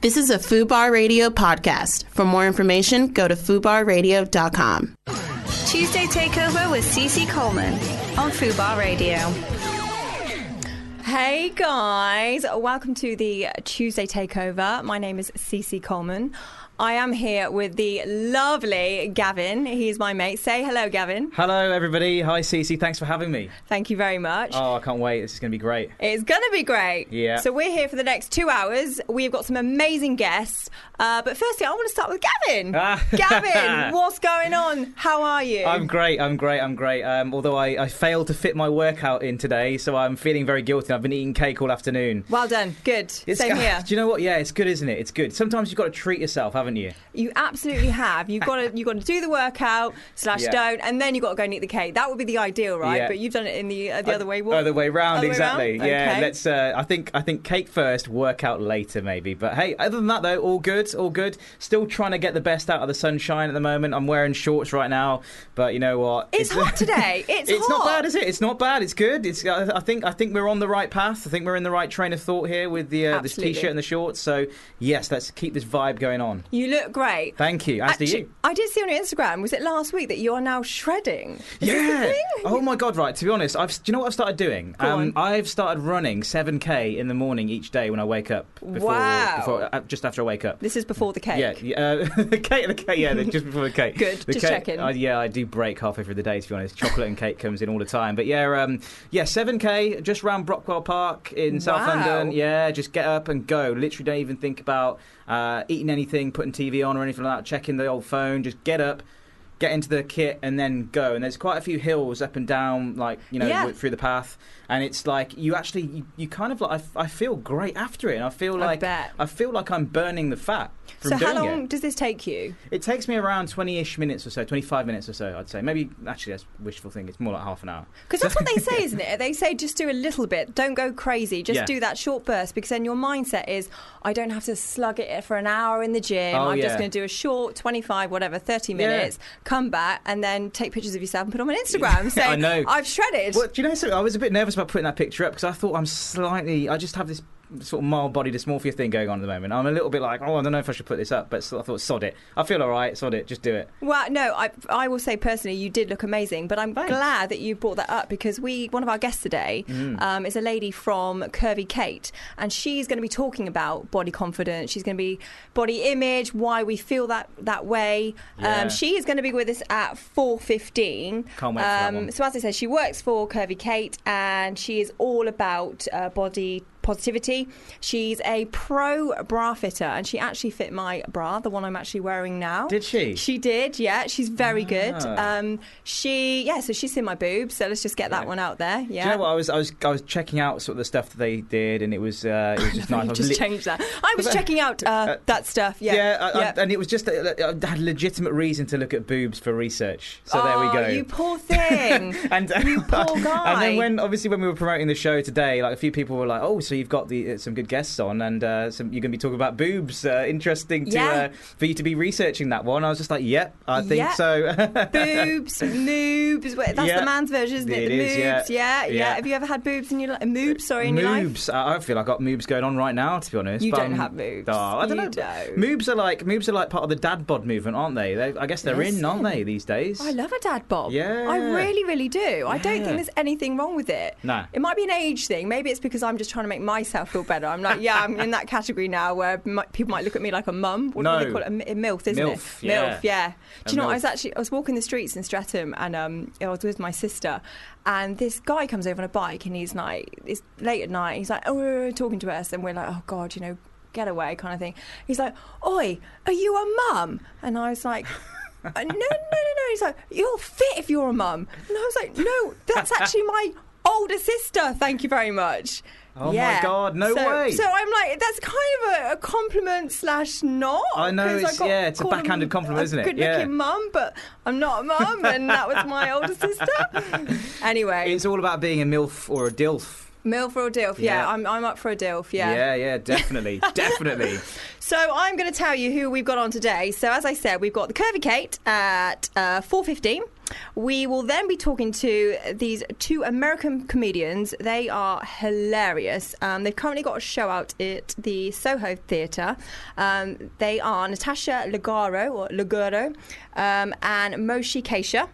This is a FUBAR Radio podcast. For more information, go to FUBARradio.com. Tuesday Takeover with Cece Coleman on Fubar Radio. Hey guys, welcome to the Tuesday Takeover. My name is Cece Coleman. I am here with the lovely Gavin. He's my mate. Say hello, Gavin. Hello, everybody. Hi, Cece. Thanks for having me. Thank you very much. Oh, I can't wait. This is going to be great. It's going to be great. Yeah. So we're here for the next two hours. We've got some amazing guests. Uh, but firstly, I want to start with Gavin. Ah. Gavin, what's going on? How are you? I'm great. I'm great. I'm great. Um, although I, I failed to fit my workout in today, so I'm feeling very guilty. I've been eating cake all afternoon. well done. Good. It's- Same here. Do you know what? Yeah, it's good, isn't it? It's good. Sometimes you've got to treat yourself, haven't you? You absolutely have. You've got to you've got to do the workout slash Yeah. don't, and then you've got to go and eat the cake. That would be the ideal, right? Yeah. But you've done it in the uh, the other way. round. Other way round, Other way exactly. round? Yeah. Okay. Let's. Uh, I think. I think cake first, workout later, maybe. But hey, other than that though, all good. All good. Still trying to get the best out of the sunshine at the moment. I'm wearing shorts right now, but you know what? It's hot today. It's it's hot. not bad, is it? It's not bad. It's good. It's. I I think. I think we're on the right path. I think we're in the right train of thought here with the uh, this Absolutely. t-shirt and the shorts. So yes, let's keep this vibe going on. You look great. Thank you. As do Actu- you. I did see on your Instagram. Was it last week that you are now shredding? Is this the Yeah. thing? Oh my god. Right. To be honest, I've. Do you know what I've started doing? Um, on. I've started running 7k in the morning each day when I wake up. Before, Wow. Before, uh, just after I wake up. This is before the cake. Yeah, yeah, uh, the cake, the cake, yeah, the- just before the cake. Good, the just cake, checking. uh, yeah, I do break halfway through the day. To be honest, chocolate and cake comes in all the time. But yeah, um, yeah, seven k just round Brockwell Park in South Wow. London. Yeah, just get up and go. Literally, don't even think about uh, eating anything, putting TV on or anything like that. Checking the old phone. Just get up. Get into the kit and then go. And there's quite a few hills up and down, like you know, Yeah. w- through the path. And it's like you actually, you, you kind of like. I, I feel great after it, and I feel I like bet. I feel like I'm burning the fat from So how doing long it. does this take you? It takes me around 20-ish minutes or so, 25 minutes or so, I'd say. Maybe, actually, that's wishful thinking. It's more like half an hour. Because that's what they say, isn't it? They say just do a little bit. Don't go crazy. Just Yeah. do that short burst because then your mindset is, I don't have to slug it for an hour in the gym. Oh, I'm just yeah. going to do a short 25, whatever, 30 Yeah. minutes, come back and then take pictures of yourself and put them on Instagram saying, I know. I've shredded. Well, do you know something? I was a bit nervous about putting that picture up because I thought I'm slightly... I just have this sort of mild-body dysmorphia thing going on at the moment. I'm a little bit like, oh, I don't know if I should put this up, but so I thought, sod it. I feel all right, sod it, just do it. Well, no, I, I will say personally, you did look amazing, but I'm Thanks. glad that you brought that up because we, one of our guests today, Hmm. Uh, um, is a lady from Curvy Kate, and she's going to be talking about body confidence. She's going to be body image, why we feel that that way. Yeah. Um, she is going to be with us at four fifteen. Um, Can't wait for that one. So as I said, she works for Curvy Kate, and she is all about uh, body positivity. She's a pro bra fitter, and she actually fit my bra, the one I'm actually wearing now. Did she? She did, yeah. She's very good. Ah. Um, she, yeah. So she's seen my boobs. So let's just get that Yeah. one out there. Yeah. Do you know what? I was, I was, I was checking out sort of the stuff that they did, and it was, uh, it was just nice. I You was just li- changed that. I was But- checking out uh, Uh, that stuff. Yeah. Yeah, I, I- Yep. and it was just that I had legitimate reason to look at boobs for research. So there we Oh, go. You poor thing. and uh, You poor And guy. then when obviously when we were promoting the show today, like a few people were like, "Oh, so you've got the uh, some good guests on, and uh, some, you're going to be talking about boobs. Uh, interesting to Yeah. uh, for you to be researching that one." I was just like, "Yep, I think Yeah. so." boobs, moobs. Wait, that's the Yeah. man's version, isn't it? It the is, yeah. moobs. Yeah. yeah, Yeah. Have you ever had boobs in your life? Moobs, sorry, in your life. Moobs. I I feel I got moobs going on right now. To be honest, You but don't I'm- have moobs. Oh, I don't You know. don't. Moobs are like moobs are like part of the dad bod movement, aren't they? they I guess they're in, aren't they, these days? I love a dad bob. Yeah. I really, really do. I don't Yeah. think there's anything wrong with it. No. It might be an age thing. Maybe it's because I'm just trying to make myself feel better. I'm like, yeah, I'm in that category now where mi- people might look at me like a mum. What do they No. call it? A, mi- a MILF, isn't Milf, it? yeah. MILF, yeah. Do you A know, what? milf. I was actually, I was walking the streets in Streatham and um, I was with my sister and this guy comes over on a bike and he's like, it's late at night. He's like, oh, we're talking to us. And we're like, oh, God, you know, get away kind of thing. He's like, oi, are you a mum? And I was like... Uh, no, no, no, no. He's like, you're fit if you're a mum. And I was like, no, that's actually my older sister. Thank you very much. Oh my God, no So- way. So I'm like, that's kind of a, a compliment slash not. I know, 'cause it's- got yeah, it's a called backhanded compliment, isn't it? Good Yeah. looking mum, but I'm not a mum, and that was my older sister. Anyway, It's all about being a MILF or a DILF. milf or a DILF? Yeah, Yeah. I'm, I'm up for a DILF. yeah, definitely, definitely. So I'm going to tell you who we've got on today. So as I said, we've got the Curvy Kate at uh, 4.15. We will then be talking to these two American comedians. They are hilarious. Um, they've currently got a show out at the Soho Theatre. Um, they are Natasha Ligaro, or Liguro um, and Moshi Keisha.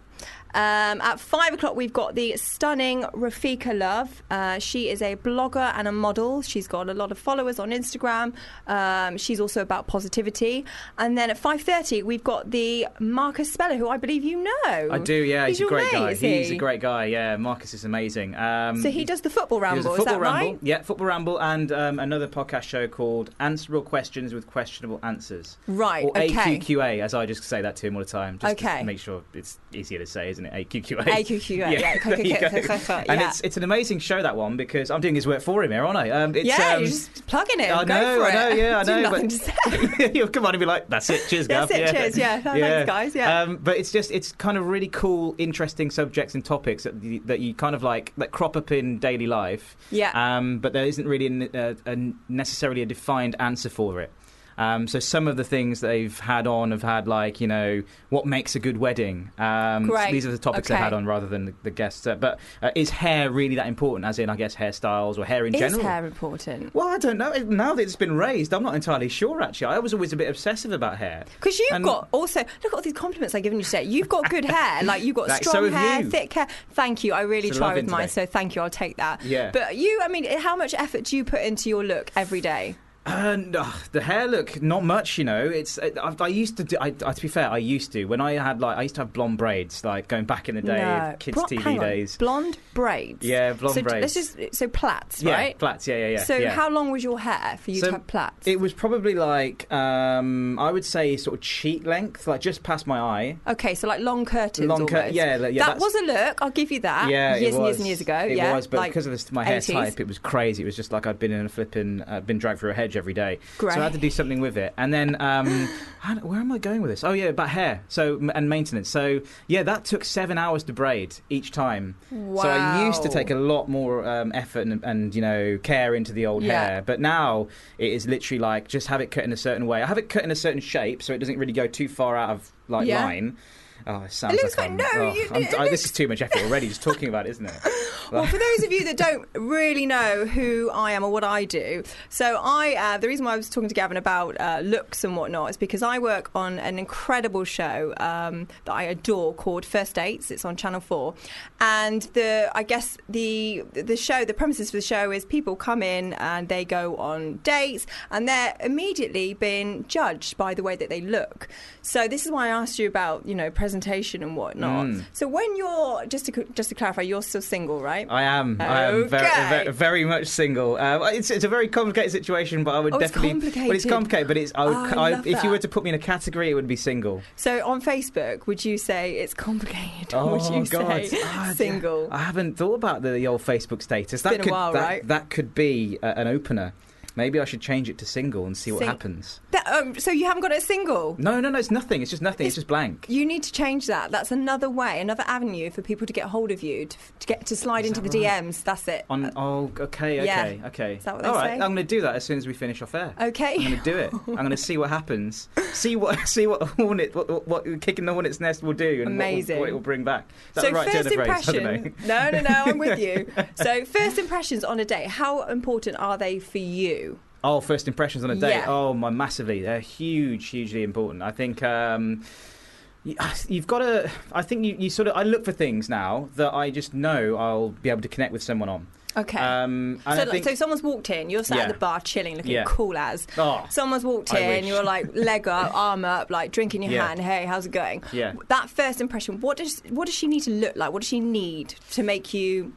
Um, at five o'clock, we've got the stunning Rafika Love. Uh, she is a blogger and a model. She's got a lot of followers on Instagram. Um, she's also about positivity. And then at five thirty, we've got the Marcus Speller, who I believe you know. I do, yeah. He's, your a great mate, guy. is he? He's a great guy. Yeah, Marcus is amazing. Um, So he does the football he does ramble. a football is that ramble, right? yeah, football ramble, and um, another podcast show called Answerable Questions with Questionable Answers, Right. or okay. AQQA, as I just say that to him all the time, just Okay. to make sure it's easier to say, isn't it? AQQA. AQQA, yeah, there you go. yeah. And it's it's an amazing show that one because I'm doing his work for him here, aren't I? Um, it's, yeah, um, you're just plugging it. I Go know, for I it. know, yeah, I Do know, but- nothing to say. You'll come on and be like, "That's it, cheers, That's Gav." it, cheers, yeah. Thanks, guys, yeah. Um, but it's just it's kind of really cool, interesting subjects and topics that you, that you kind of like that crop up in daily life. Yeah. Um, but there isn't really an- a, a, necessarily a defined answer for it. Um, so some of the things they've had on have had like you know what makes a good wedding. Um, so Great, these are the topics they okay. had on rather than the, the guests. Uh, but uh, is hair really that important? As in, I guess hairstyles or hair in Is general. hair important? Well, I don't know. Now that it's been raised, I'm not entirely sure. Actually, I was always a bit obsessive about hair. Because you've And- got also look at all these compliments I've given you today. You've got good hair, like you've got Like, strong so have hair, you. thick hair. Thank you. I really It's a try love-in with mine, today. so thank you. I'll take that. Yeah. But you, I mean, how much effort do you put into your look every day? And uh, the hair look, not much. You know, it's. I, I used to. Do, I, I, to be fair, I used to when I had like I used to have blonde braids, like going back in the day, no. kids' Bro- TV hang on. days. Blonde braids. Yeah, blonde so d- braids. Let's just so plaits, yeah, right? Plaits. Yeah, yeah, yeah. so yeah. how long was your hair for you So to have plaits? It was probably like um, I would say sort of cheek length, like just past my eye. okay, so like long curtains. Long cur- almost. yeah, like- yeah, that that's- was a look. I'll give you that. Yeah, years it was. and years and years ago. It yeah, was, but like, because of this, my hair 80s. type, it was crazy. It was just like I'd been in a flipping, uh, been dragged through a hedge every day. So I had to do something with it. And then, um, I don't- where am I going with this? Oh yeah, about hair. So m- and maintenance. So yeah, that took seven hours to braid each time. So I used to Wow. take a lot more um, effort and, and you know care into the old Yeah. hair, but now it is literally like just have it cut in a certain way. I have it cut in a certain shape, so it doesn't really go too far out of like Yeah. line. Oh, it sounds looks like quite- I'm- no, oh, you- I'm- it I- this is too much effort already. Just talking about it, isn't it? well, for those of you that don't really know who I am or what I do, so I uh, the reason why I was talking to Gavin about uh, looks and whatnot is because I work on an incredible show um, that I adore called First Dates. It's on Channel Four, and the I guess the the show the premises for the show is people come in and they go on dates and they're immediately being judged by the way that they look. So this is why I asked you about you know presentation and whatnot. Mm. So when you're just to just to clarify, you're still single, right? I am. I am very, Okay. very, very much single. Uh, it's, it's a very complicated situation, but I would Oh, it's definitely. Well, it's complicated. complicated, but it's. I would, Oh, I I love if you were that. to put me in a category, it would be single. So on Facebook, would you say it's complicated? or would Oh, you God. say Ah, d- single? I haven't thought about the, the old Facebook status. that been a could, while, that, right? That could be uh, an opener. Maybe I should change it to single and see what Sing- happens. That- um, so you haven't got a single. No, no, no. It's nothing. It's just nothing. It's, just blank. You need to change that. That's another way, another avenue for people to get hold of you to, to get to slide Is into the that right? DMs. That's it. Uh, On. Oh, okay, okay, Yeah. okay. Is that what they All right, say? Oh, I'm going to do that as soon as we finish off air. I'm okay. going to do it. I'm going to see what happens. See what see what a hornet what, what, what kicking the hornet's nest will do and what will- Amazing. what, it will bring back. Is that So the right turn first of phrase? I impression. don't know. No, no, no. I'm with you. So first impressions on a date. How important are they for you? Oh, first impressions on a date. Yeah. Oh, my massively. They're huge, hugely important. I think um, y- you've got to. I think you, you sort of. I look for things now that I just know I'll be able to connect with someone on. Okay. Um, and so, I think, so someone's walked in. You're sat Yeah. at the bar chilling, looking Yeah. cool as. oh, Someone's walked I in, wish. you're like leg up, arm up, like drink in your Yeah. hand. Hey, how's it going? Yeah. That first impression. What does what does she need to look like? What does she need to make you?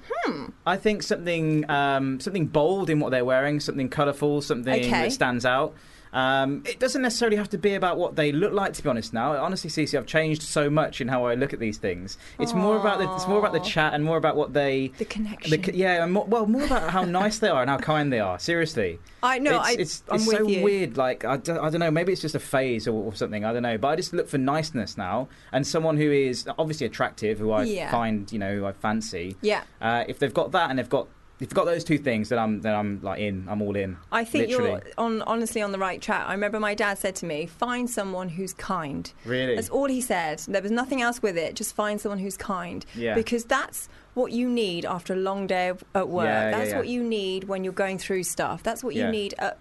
I think something um, something bold in what they're wearing, something colourful, something Okay. that stands out. Um, it doesn't necessarily have to be about what they look like. To be honest, now honestly, Cece, I've changed so much in how I look at these things. It's more about the it's more about the Aw. chat and more about what they. The connection. The, yeah, and more, well, more about how nice they are and how kind they are. Seriously, I know. it's, I, it's, I'm it's with so you. weird. Like I don't, I don't know. Maybe it's just a phase or, or something. I don't know. But I just look for niceness now, and someone who is obviously attractive, who I Yeah. find, you know, who I fancy. Yeah. Uh, if they've got that and they've got if you've got those two things, then I'm then I'm like in. I'm all in. I think literally. you're on honestly on the right track. I remember my dad said to me, "Find someone who's kind." Really? That's all he said. There was nothing else with it. Just find someone who's kind. Yeah. Because that's what you need after a long day of, at work. Yeah, yeah, that's yeah. what you need when you're going through stuff. That's what Yeah. you need at,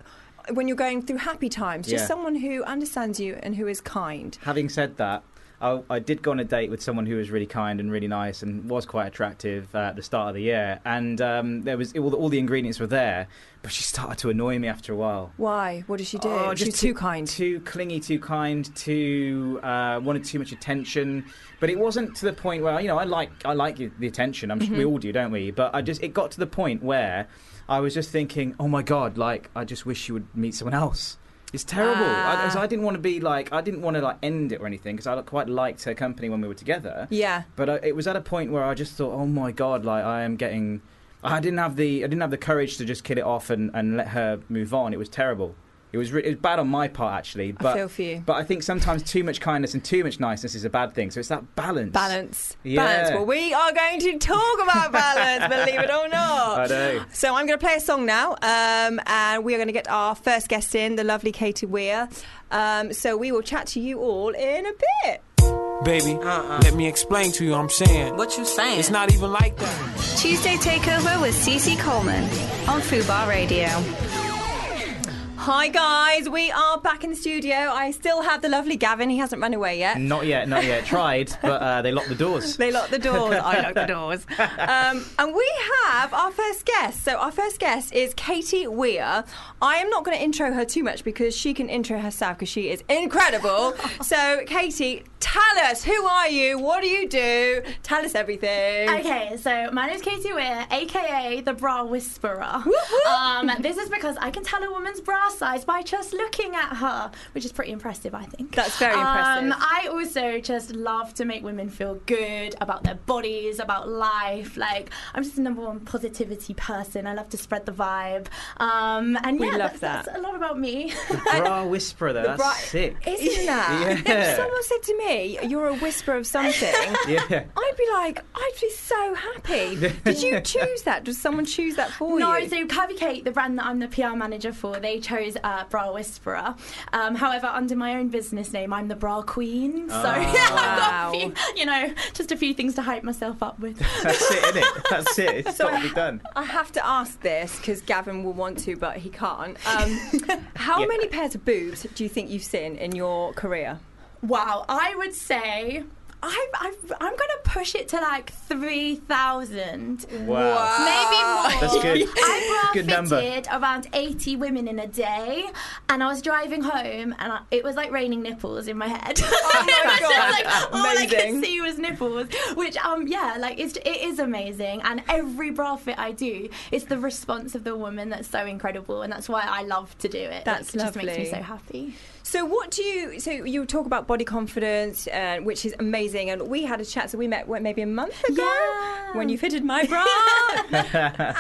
when you're going through happy times. Just Yeah. someone who understands you and who is kind. Having said that, I, I did go on a date with someone who was really kind and really nice and was quite attractive uh, at the start of the year, and um, there was all the, all the ingredients were there, but she started to annoy me after a while. Why? What did she do? Oh, she just was too kind. Too clingy, too kind, too uh, wanted too much attention. But it wasn't to the point where you know I like I like the attention. I'm sure we all do, don't we? But I just it got to the point where I was just thinking, oh my god, like I just wish you would meet someone else. It's terrible. I, Ah. so I didn't want to be like I didn't want to like end it or anything because I quite liked her company when we were together. yeah. But I, it was at a point where I just thought, oh my god, like I am getting. I didn't have the I didn't have the courage to just kill it off and, and let her move on. It was terrible. It was re- it was bad on my part actually. But I feel for you. but I think sometimes too much kindness and too much niceness is a bad thing. So it's that balance. Balance. Yeah. Balance. Well, we are going to talk about balance, believe it or not. I know. So I'm going to play a song now, um, and we are going to get our first guest in, the lovely Katie Weir. Um, so we will chat to you all in a bit. Baby, let me explain to you I'm saying. What you saying? It's not even like that. Tuesday Takeover with Cece Coleman on Fubar Radio. Hi guys, we are back in the studio. I still have the lovely Gavin. He hasn't run away yet. Not yet, not yet. Tried, but uh, they locked the doors. They lock the doors. I lock the doors. Um, and we have our first guest. So our first guest is Katie Weir. I am not going to intro her too much because she can intro herself because she is incredible. so Katie, tell us who are you? What do you do? Tell us everything. Okay, so my name's Katie Weir, aka the Bra Whisperer. whoop. Um, this is because I can tell a woman's bra size by just looking at her, which is pretty impressive, I think. That's very Um, impressive. I also just love to make women feel good about their bodies, about life. Like, I'm just the number one positivity person. I love to spread the vibe. Um, and We yeah, that's, love that. that's a lot about me. Bra whisperer, though. That's bra- sick. Isn't that? Yeah. If someone said to me, "You're a whisper of something," Yeah. I'd be like, I'd be so happy. Did you choose that? Did someone choose that for no, you? so Curvy Kate, the brand that I'm the PR manager for, they chose uh, Bra Whisperer. Um, however, under my own business name, I'm the Bra Queen. So I've Ah. Wow. got, a few, you know, just a few things to hype myself up with. That's it, isn't it? That's it. It's got to be done. I have to ask this because Gavin will want to, but he can't. Um, how Yeah. many pairs of boobs do you think you've seen in your career? wow, I would say. I'm, I'm, I'm going to push it to like 3,000. Wow. Maybe more. That's good. I bra Good fitted number. around 80 women in a day, and I was driving home, and I, it was like raining nipples in my head. It was just Oh God. like, all I Amazing. could see was nipples, which um yeah, like it's it is amazing, and every bra fit I do, it's the response of the woman that's so incredible, and that's why I love to do it. That's it just makes me lovely. so happy. So, what do you? So, you talk about body confidence, uh, which is amazing. And we had a chat. So, we met what, maybe a month ago Yeah. when you fitted my bra,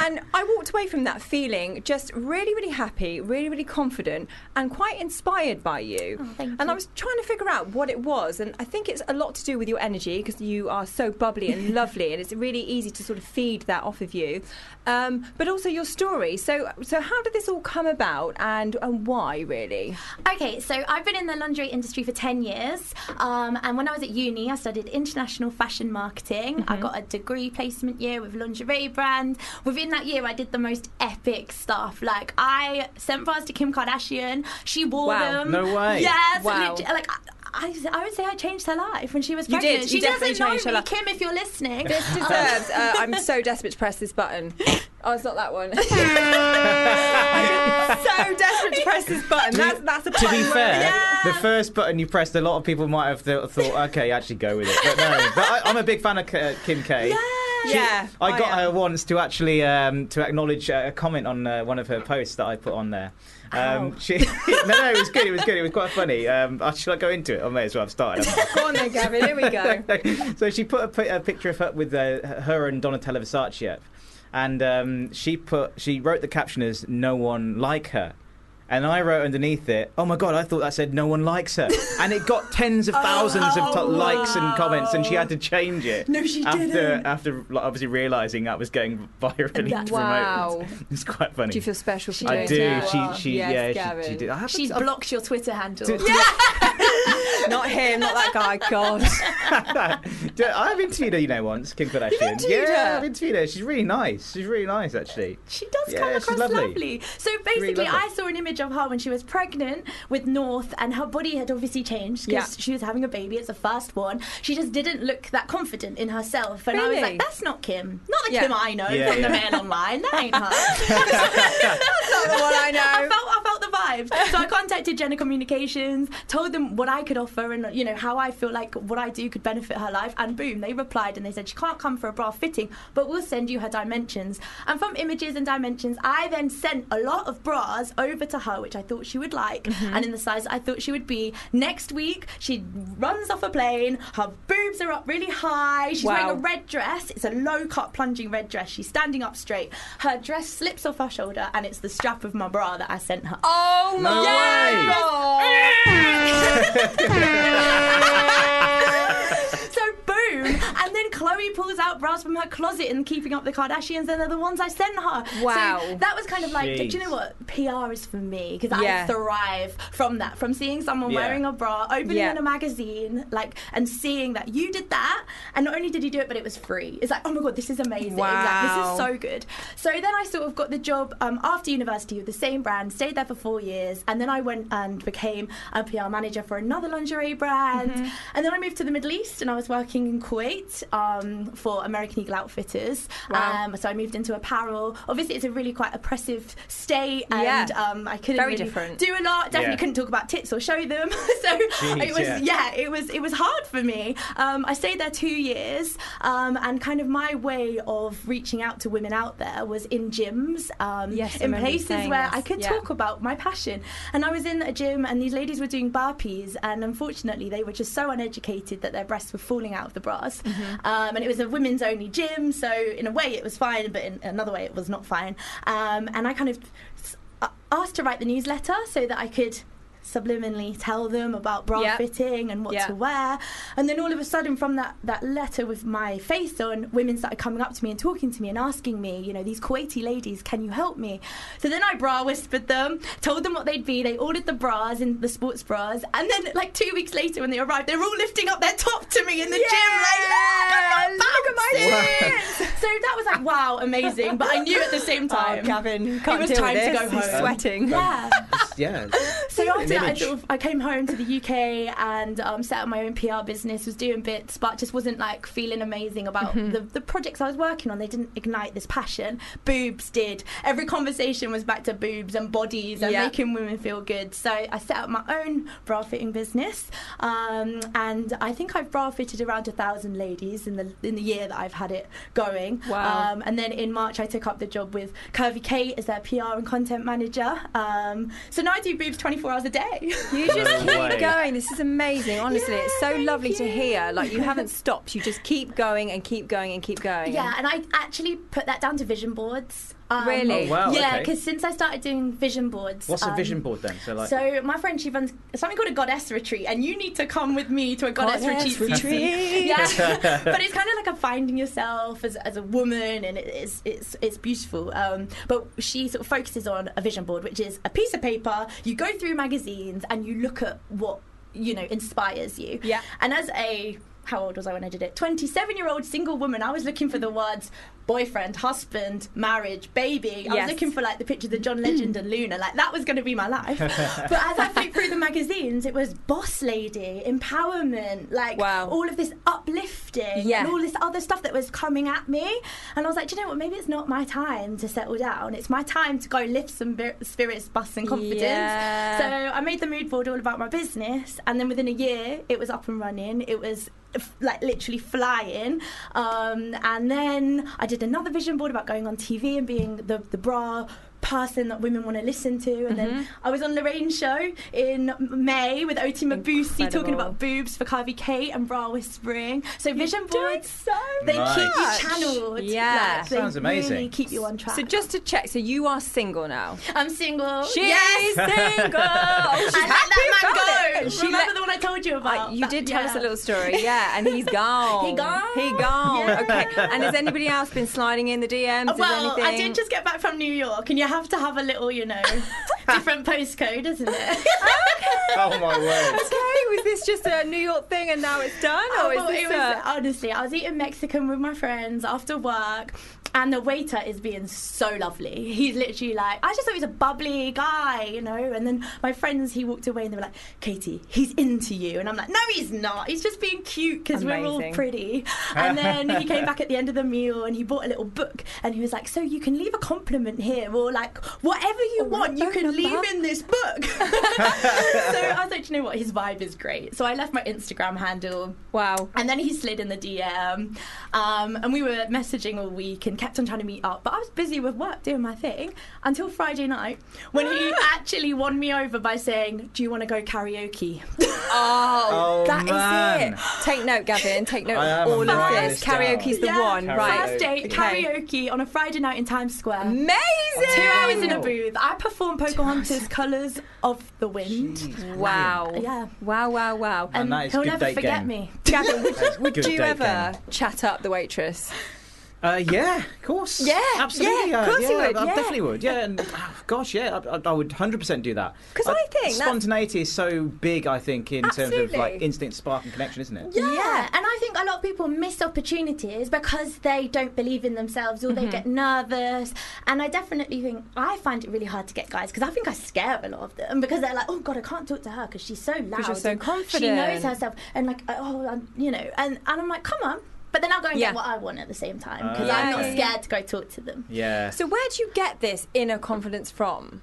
and I walked away from that feeling just really, really happy, really, really confident, and quite inspired by you. Oh, thank and I you. was trying to figure out what it was, and I think it's a lot to do with your energy because you are so bubbly and lovely, and it's really easy to sort of feed that off of you. Um, but also your story. So, so how did this all come about, and and why really? Okay, so I've been in the laundry industry for 10 years. Um, and when I was at uni, I studied international fashion marketing. I Mm-hmm. got a degree placement year with lingerie brand. Within that year, I did the most epic stuff. Like, I sent bras to Kim Kardashian. She wore Wow. them. No way. Yes. Wow. legit- like, I, I, I would say I changed her life when she was You did. pregnant. You She definitely doesn't know changed her me. life. Kim, if you're listening. This deserves. Uh, I'm so desperate to press this button. Oh, it's not that one. I'm so desperate to press this button. That's that's a to be button where- fair, Oh, Yeah. the first button you pressed, a lot of people might have th- thought, okay, actually go with it. But no, but I, I'm a big fan of K- uh, Kim K. Yeah. Yeah, I got am. her once to actually um, to acknowledge uh, a comment on uh, one of her posts that I put on there. Um, she, no, no, it was good. It was good. It was quite funny. Um, I- should I go into it? I may as well. I've started. haven't I? Go on then, Gavin. Here we go. so she put a, pi- a picture of her with uh, her and Donatella Versace up, and um, she put she wrote the caption as "No one like her," And I wrote underneath it, "Oh my god, I thought that said no one likes her," and it got tens of thousands of oh, to- likes and comments, and she wow. had to change it. No, she after, didn't. After like, obviously realizing that was going virally promoted, That's- Wow. it's quite funny. Do you feel special for She I doing Yes, do. that? She, she, Yes, yeah, Gavin. she, she did. I haven't- She's blocked your Twitter handle. Did- Not him, not that guy. God. Do- I've interviewed her, you know, once, Kim Kardashian. interviewed yeah, her? I've interviewed her. She's really nice. She's really nice, actually. She does Yeah, come she's across lovely. lovely. So basically, lovely. I saw an image of her when she was pregnant with North, and her body had obviously changed because Yeah. she was having a baby. It's a first one. She just didn't look that confident in herself, and I was Really? like, "That's not Kim. Not the Yeah. Kim I know Yeah, from the yeah. man online. That ain't her." Not the one I I know. felt I felt the vibe. So I contacted Jenna Communications, told them what I could offer and you know how I feel like what I do could benefit her life. And boom, they replied and they said she can't come for a bra fitting, but we'll send you her dimensions. And from images and dimensions, I then sent a lot of bras over to her, which I thought she would like, and in the size I thought she would be. Next week, she runs off a plane. Her boobs are up really high. She's Wow. wearing a red dress. It's a low cut plunging red dress. She's standing up straight. Her dress slips off her shoulder, and it's the strap of my bra that I sent her. Oh No my way. god. So boom, and then Chloe pulls out bras from her closet and keeping up the Kardashians, and they're the ones I sent her. Wow. So that was kind of like, do you Jeez. know what? PR is for me because Yeah. I thrive from that, from seeing someone Yeah. wearing a bra, opening Yeah. in a magazine, like, and seeing that you did that, and not only did you do it, but it was free. It's like, oh my god, this is amazing. Wow. Like, this is so good. So then I sort of got the job um, after university with the same brand, stayed there for four years, and then I went and became a PR manager for another lingerie brand. Mm-hmm. And then I moved to the Middle East and I was working in Kuwait um, for American Eagle Outfitters. Wow. Um, so I moved into apparel. Obviously, it's a really quite oppressive state, and Yeah. um, I couldn't Very really different. do a lot. Definitely Yeah. couldn't talk about tits or show them. so Jeez, it was yeah. yeah yeah, it was it was hard for me. Um, I stayed there two years, um, and kind of my way of reaching out to women out there was in gyms, um, Yes, I in remember you places saying where this, I could yeah. talk about my passion. And I was in a gym, and these ladies were doing burpees, and unfortunately, they were just so uneducated that their breasts were falling out of the bras. Mm-hmm. Um, and it was a women's only gym, so in a way it was fine, but in another way it was not fine. Um, and I kind of s- a- asked to write the newsletter so that I could subliminally tell them about bra Yeah. fitting and what Yeah. to wear. And then all of a sudden, from that, that letter with my face on, women started coming up to me and talking to me and asking me, you know, these Kuwaiti ladies, can you help me? So then I bra whispered them, told them what they'd be. They ordered the bras and the sports bras. And then, like, two weeks later, when they arrived, they were all lifting up their top to me in the gym, like, Yeah, "Look, look at my I'm Wow. bouncing." So that was like, wow, amazing. But I knew at the same time. Oh, Gavin, can't was deal time with to this. go He's home. sweating. yeah. yeah. So An after that, I, image. sort of, I came home to the UK and um, set up my own PR business, was doing bits, but just wasn't like feeling amazing about Mm-hmm. the, the projects I was working on. They didn't ignite this passion. Boobs did. Every conversation was back to boobs and bodies and Yeah. making women feel good. So I set up my own bra fitting business, um, and I think I've bra fitted around a thousand ladies in the in the year that I've had it going. Wow. Um, and then in March, I took up the job with Curvy Kate as their PR and content manager. Um, so now I do boobs 24 hours a day. You No just keep way. going. This is amazing. Honestly, Yeah, it's so thank lovely to you. hear. Like you haven't stopped. You just keep going and keep going and keep going. yeah, and I actually put that down to vision boards. Um, Really? Oh, wow, yeah, okay. because since I started doing vision boards. What's a um, vision board then? So like, So my friend, she runs something called a goddess retreat, and you need to come with me to a goddess, Goddess retreat. season. retreat. yeah, but it's kind of like a finding yourself as, as a woman, and it- it's it's it's beautiful. Um, but she sort of focuses on a vision board, which is a piece of paper. You go through magazines and you look at what you know inspires you. Yeah. And as a how old was I when I did it? 27 year old single woman. I was looking for the words boyfriend, husband, marriage, baby. I Yes. was looking for like the pictures of John Legend and Luna. Like that was going to be my life. but as I flipped through the magazines, it was boss lady, empowerment, like Wow. all of this uplifting Yeah. and all this other stuff that was coming at me. And I was like, Do you know what? Maybe it's not my time to settle down. It's my time to go lift some bir- spirits, bust some confidence. Yeah. So I made the mood board all about my business, and then within a year, it was up and running. It was f- like literally flying. Um, and then I did another vision board about going on TV and being the, the bra. podcasting that women want to listen to. And then Mm-hmm. I was on the rain show in May with Oti Mabusi talking Incredible. about boobs for Carvey Kate and Bra Whispering. So vision boards, so they keep you Nice. channeled. Yeah. Like, they Sounds amazing. Really keep you on track. So just to check, so you are single now. I'm single. She's Oh, yes. single. I Oh, let she's that happy man go. about it. Remember let- the one I told you I- about? you That- did tell us a yeah. little story, yeah, and he's gone. He gone. He gone. Yeah. Okay. And has anybody else been sliding in the DMs? Has Uh, Well, I anything- did just get back from New York, and you have to have a little, you know, different postcode, isn't it? Oh my word. Okay, was this just a New York thing and now it's done, or is Oh, well, this it was, a- honestly, I was eating Mexican with my friends after work, and the waiter is being so lovely. He's literally like, I just thought he was a bubbly guy, you know. And then my friends, he walked away, and they were like, Katie, he's into you, and I'm like, no, he's not. He's just being cute because we're all Amazing. pretty. And then he came back at the end of the meal, and he bought a little book, and he was like, so you can leave a compliment here, or like whatever you Or a want, you phone can number. leave in this book. so I was like, "Do you know what? His vibe is great. So I left my Instagram handle. wow? And then he slid in the DM, um, and we were messaging all week and kept on trying to meet up. But I was busy with work doing my thing until Friday night when he actually won me over by saying, "Do you want to go karaoke?" Oh, Oh, that is man. it. Take note, Gavin. Take note I am of all of writing this. this down. Karaoke's the Yeah, one, right? First date Okay. karaoke on a Friday night in Times Square. Amazing. Two hours in a booth. I performed Pocahontas' "Colors of the Wind." Wow. Yeah. Wow. Wow. Wow. And Oh, that is he'll good never date forget game. me. Gavin, would, That's would good you date ever game. chat up the waitress? Uh, yeah, of course. Yeah, absolutely. yeah, of I- course you I- would, I, yeah. definitely would. Yeah, and oh, gosh, yeah, I, I, I would hundred percent do that. 'Cause I think that's- spontaneity is so big. I think in terms of like Absolutely. instant spark and connection, isn't it? Yeah. Yeah. and I think a lot of people miss opportunities because they don't believe in themselves or Mm-hmm. they get nervous. And I definitely think I find it really hard to get guys because I think I scare a lot of them because they're like, oh god, I can't talk to her because she's so loud, you're so and she confident." knows herself, and like, oh, I'm, you know, and and I'm like, come on. But then I'll go and Yeah. Uh, get what I want at the same time because Ah, I'm not okay. scared to go talk to them. Yeah. So where do you get this inner confidence from?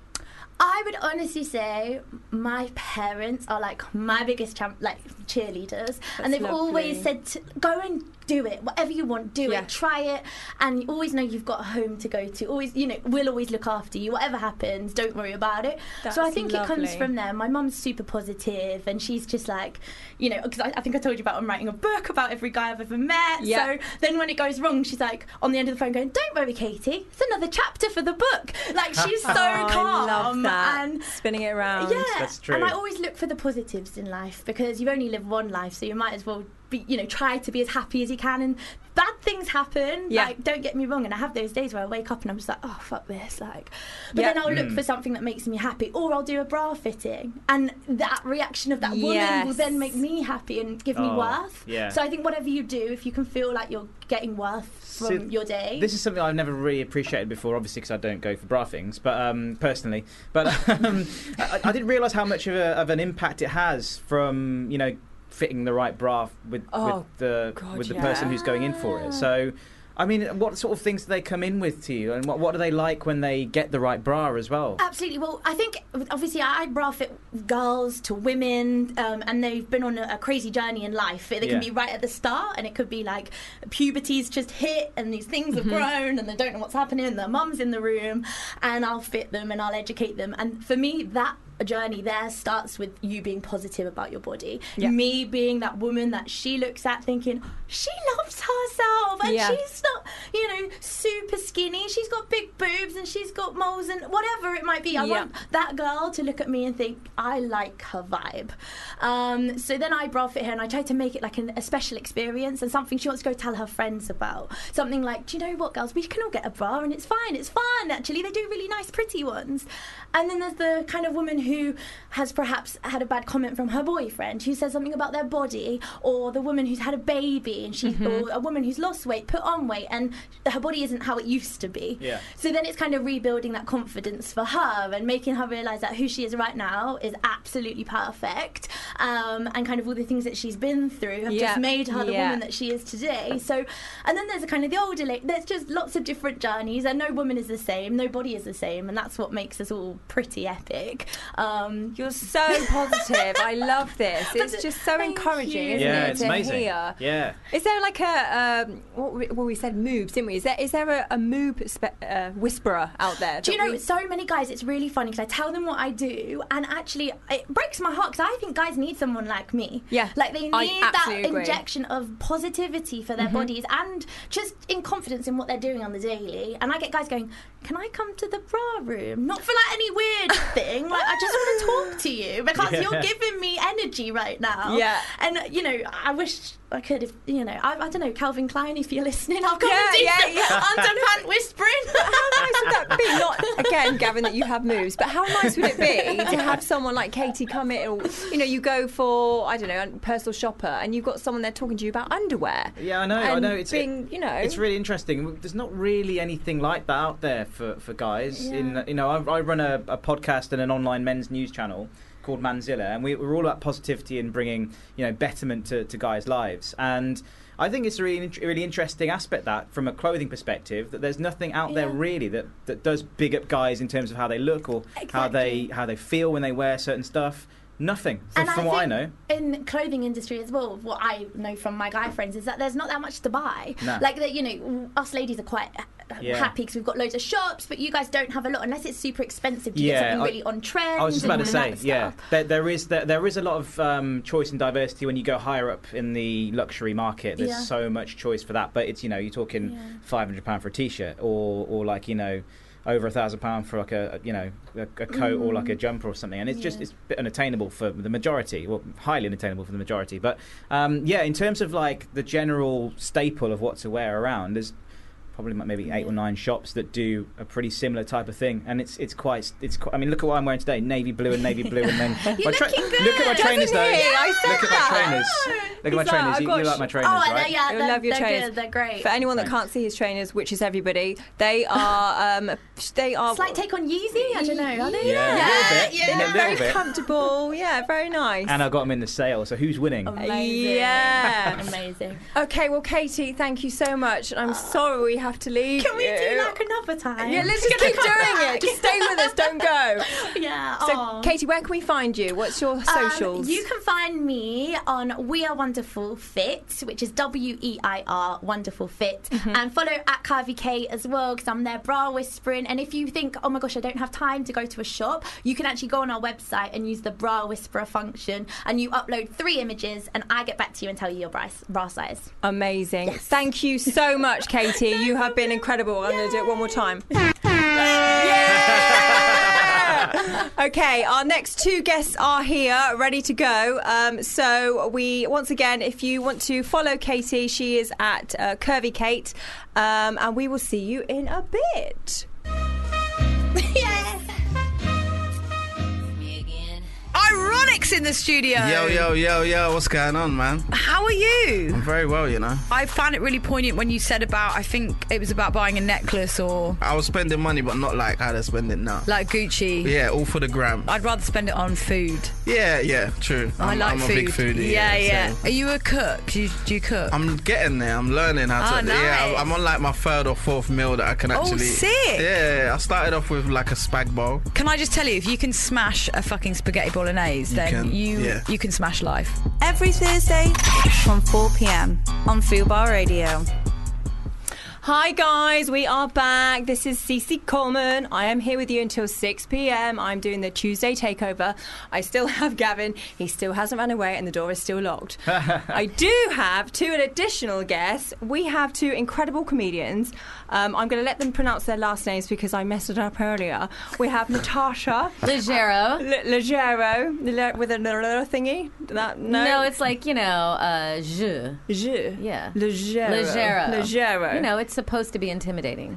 I would honestly say my parents are like my biggest champ, like cheerleaders, and they've always lovely. said, to, "Go and do it, whatever you want, do Yeah. it, try it, and you always know you've got a home to go to. Always, you know, we'll always look after you. Whatever happens, don't worry about it." so I That's think it comes lovely. from there. My mum's super positive, and she's just like, you know, because I, I think I told you about I'm writing a book about every guy I've ever met. Yeah. So then when it goes wrong, she's like on the end of the phone going, "Don't worry, Katie, it's another chapter for the book." Like she's so Oh, calm I love that. and Spinning it around. yeah, That's true. and I always look for the positives in life because you only live one life, so you might as well be, you know, try to be as happy as you can. And bad things happen. Yeah. Like, don't get me wrong. And I have those days where I wake up and I'm just like, oh fuck this. Like, but Yeah. then I'll look Mm. for something that makes me happy, or I'll do a bra fitting, and that reaction of that woman will Yes. then make me happy and give me Oh, worth. yeah. So I think whatever you do, if you can feel like you're getting worth from See, your day, This is something I've never really appreciated before, obviously because I don't go for bra things, but um, personally, but um, I, I didn't realise how much of, a, of an impact it has from you know fitting the right bra with, Oh, with the God, with the yeah. person who's going in for it. So. I mean, what sort of things do they come in with to you, and what, what do they like when they get the right bra as well? Absolutely. Well, I think obviously I bra fit girls to women, um, and they've been on a, a crazy journey in life. They Yeah. can be right at the start, and it could be like puberty's just hit, and these things have grown, and they don't know what's happening, and their mum's in the room, and I'll fit them and I'll educate them. And for me, that journey there starts with you being positive about your body. Yeah. Me being that woman that she looks at thinking, she loves herself, and Yeah. she's she's not, you know, super skinny. She's got big boobs and she's got moles and whatever it might be. I Yeah. want that girl to look at me and think, I like her vibe. Um, so then I bra fit her and I try to make it like an, a special experience and something she wants to go tell her friends about. Something like, do you know what, girls? We can all get a bra and it's fine. It's fun, actually. They do really nice, pretty ones. And then there's the kind of woman who has perhaps had a bad comment from her boyfriend who says something about their body or the woman who's had a baby and she or a woman who's lost weight put on weight and her body isn't how it used to be Yeah. so then it's kind of rebuilding that confidence for her and making her realize that who she is right now is absolutely perfect um, and kind of all the things that she's been through have Yeah. just made her the Yeah. woman that she is today so and then there's a kind of the older lady there's just lots of different journeys and no woman is the same no body is the same and that's what makes us all pretty epic Um, You're so positive. I love this. It's But- just so thank encouraging, you. isn't yeah, it? it's to amazing. hear. Yeah. Is there like a um, what we, well we said moves, didn't we? Is there is there a, a move spe- uh, whisperer out there? do you that know we- so many guys? It's really funny because I tell them what I do, and actually it breaks my heart because I think guys need someone like me. Yeah, like they need I that absolutely agree. Mm-hmm. injection of positivity for their bodies and just in confidence in what they're doing on the daily. And I get guys going, "Can I come to the bra room? Not for like any weird thing. Like I just want to talk to you because Yeah. you're giving me energy right now. Yeah. and uh, you know I wish I could. If you know, I, I don't know, Calvin Klein, if you're listening, I've got Yeah, to do yeah, some yeah. underpant whispering. How nice would that be? Not again, Gavin, that you have moves, but how nice would it be to have someone like Katie come in? Or, you know, you go for I don't know, a personal shopper, and you've got someone there talking to you about underwear. Yeah, I know, I And know. It's being, you know, it's really interesting. There's not really anything like that out there for, for guys. In you know, I, I run a, a podcast and an online men's news channel called Manzilla, and we, we're all about positivity and bringing you know betterment to, to guys' lives. And I think it's a really int- really interesting aspect that from a clothing perspective that there's nothing out there Yeah. really that, that does big up guys in terms of how they look or how they how they feel when they wear certain stuff. Nothing from, from what I know. in the clothing industry as well, what I know from my guy friends is that there's not that much to buy. No. Like that, you know, us ladies are quite uh, Yeah. happy because we've got loads of shops, but you guys don't have a lot unless it's super expensive to Yeah, get something I- really on trend. I was just about and to all that say, stuff. yeah, there, there is there, there is a lot of um, choice and diversity when you go higher up in the luxury market. There's Yeah. so much choice for that, but it's you know you're talking Yeah. five hundred pound for a t-shirt, or or like you know over a thousand pound for like a you know a, a coat or like a jumper or something, and it's just Mm-hmm. Yeah. it's a bit unattainable for the majority, well highly unattainable for the majority. But um, yeah, in terms of like the general staple of what to wear around, there's probably m- maybe eight Yeah. or nine shops that do a pretty similar type of thing, and it's it's quite it's. Quite, I mean, look at what I'm wearing today: navy blue and navy blue, and then You're looking good. look at my trainers Doesn't though. he? I said look at that. my trainers. Look at my He's like, trainers. I've you, got you like sh- my trainers, Oh, and right? they're, yeah, You'll they're, love your they're trainers. good. They're great. For anyone that Thanks. can't see his trainers, which is everybody, they are um, they are It's like take on Yeezy. I don't know. Are they? Yeah, a little bit. yeah. A little very bit. comfortable. Yeah, very nice. And I got them in the sale. So who's winning? Oh, Amazing. Yeah. Amazing. okay, well, Katie, thank you so much. And I'm sorry we have to leave. Uh, Can we do you. like another time? Yeah, let's just keep doing it. Just stay with us. Don't go. Yeah. So, aw. Katie, where can we find you? What's your Um, socials? you can find me on We Are Wonderful Fit, which is W E I R Wonderful Fit, Mm-hmm. and follow at Carvy K as well because I'm there bra whispering. And if you think, oh my gosh, I don't have time to go to a shop, you can actually go on our website and use the bra whisperer function, and you upload three images, and I get back to you and tell you your bra, bra size. Amazing. Thank you so much, Katie. you have been incredible. I'm going to do it one more time. Yeah! okay, our next two guests are here, ready to go. Um, so we once again, if you want to follow Katie, she is at uh, Curvy Kate, um, and we will see you in a bit. Ironics in the studio. Yo, yo, yo, yo, what's going on, man? How are you? I'm very well, you know. I found it really poignant when you said about, I think it was about buying a necklace or I was spending money, but not like how they spend it now. like Gucci. yeah, all for the gram. I'd rather spend it on food. Yeah, yeah, true. I I'm, like I'm food. a big foodie. Yeah, yeah. so- Are you a cook? Do you, do you cook? I'm getting there. I'm learning how to. Oh, Yeah, I'm- nice. I'm on like my third or fourth meal that I can Oh, actually. sick. Yeah, yeah, I started off with like a spag bowl. can I just tell you, if you can smash a fucking spaghetti bolognese, then can, you yeah. you can smash life. Every Thursday from 4 p.m. on Fubar Radio. Hi guys, we are back. This is Cece Coleman. I am here with you until 6 p.m. I'm doing the Tuesday takeover. I still have Gavin. He still hasn't run away and the door is still locked. I do have two additional guests. We have two incredible comedians. Um, I'm going to let them pronounce their last names because I messed it up earlier. We have Natasha Legero. Le- Leggero Le- with a little thingy. That, no, No, it's like, you know, uh, je. Je. Yeah. Leggero. Leggero. Leggero. You know, it's supposed to be intimidating.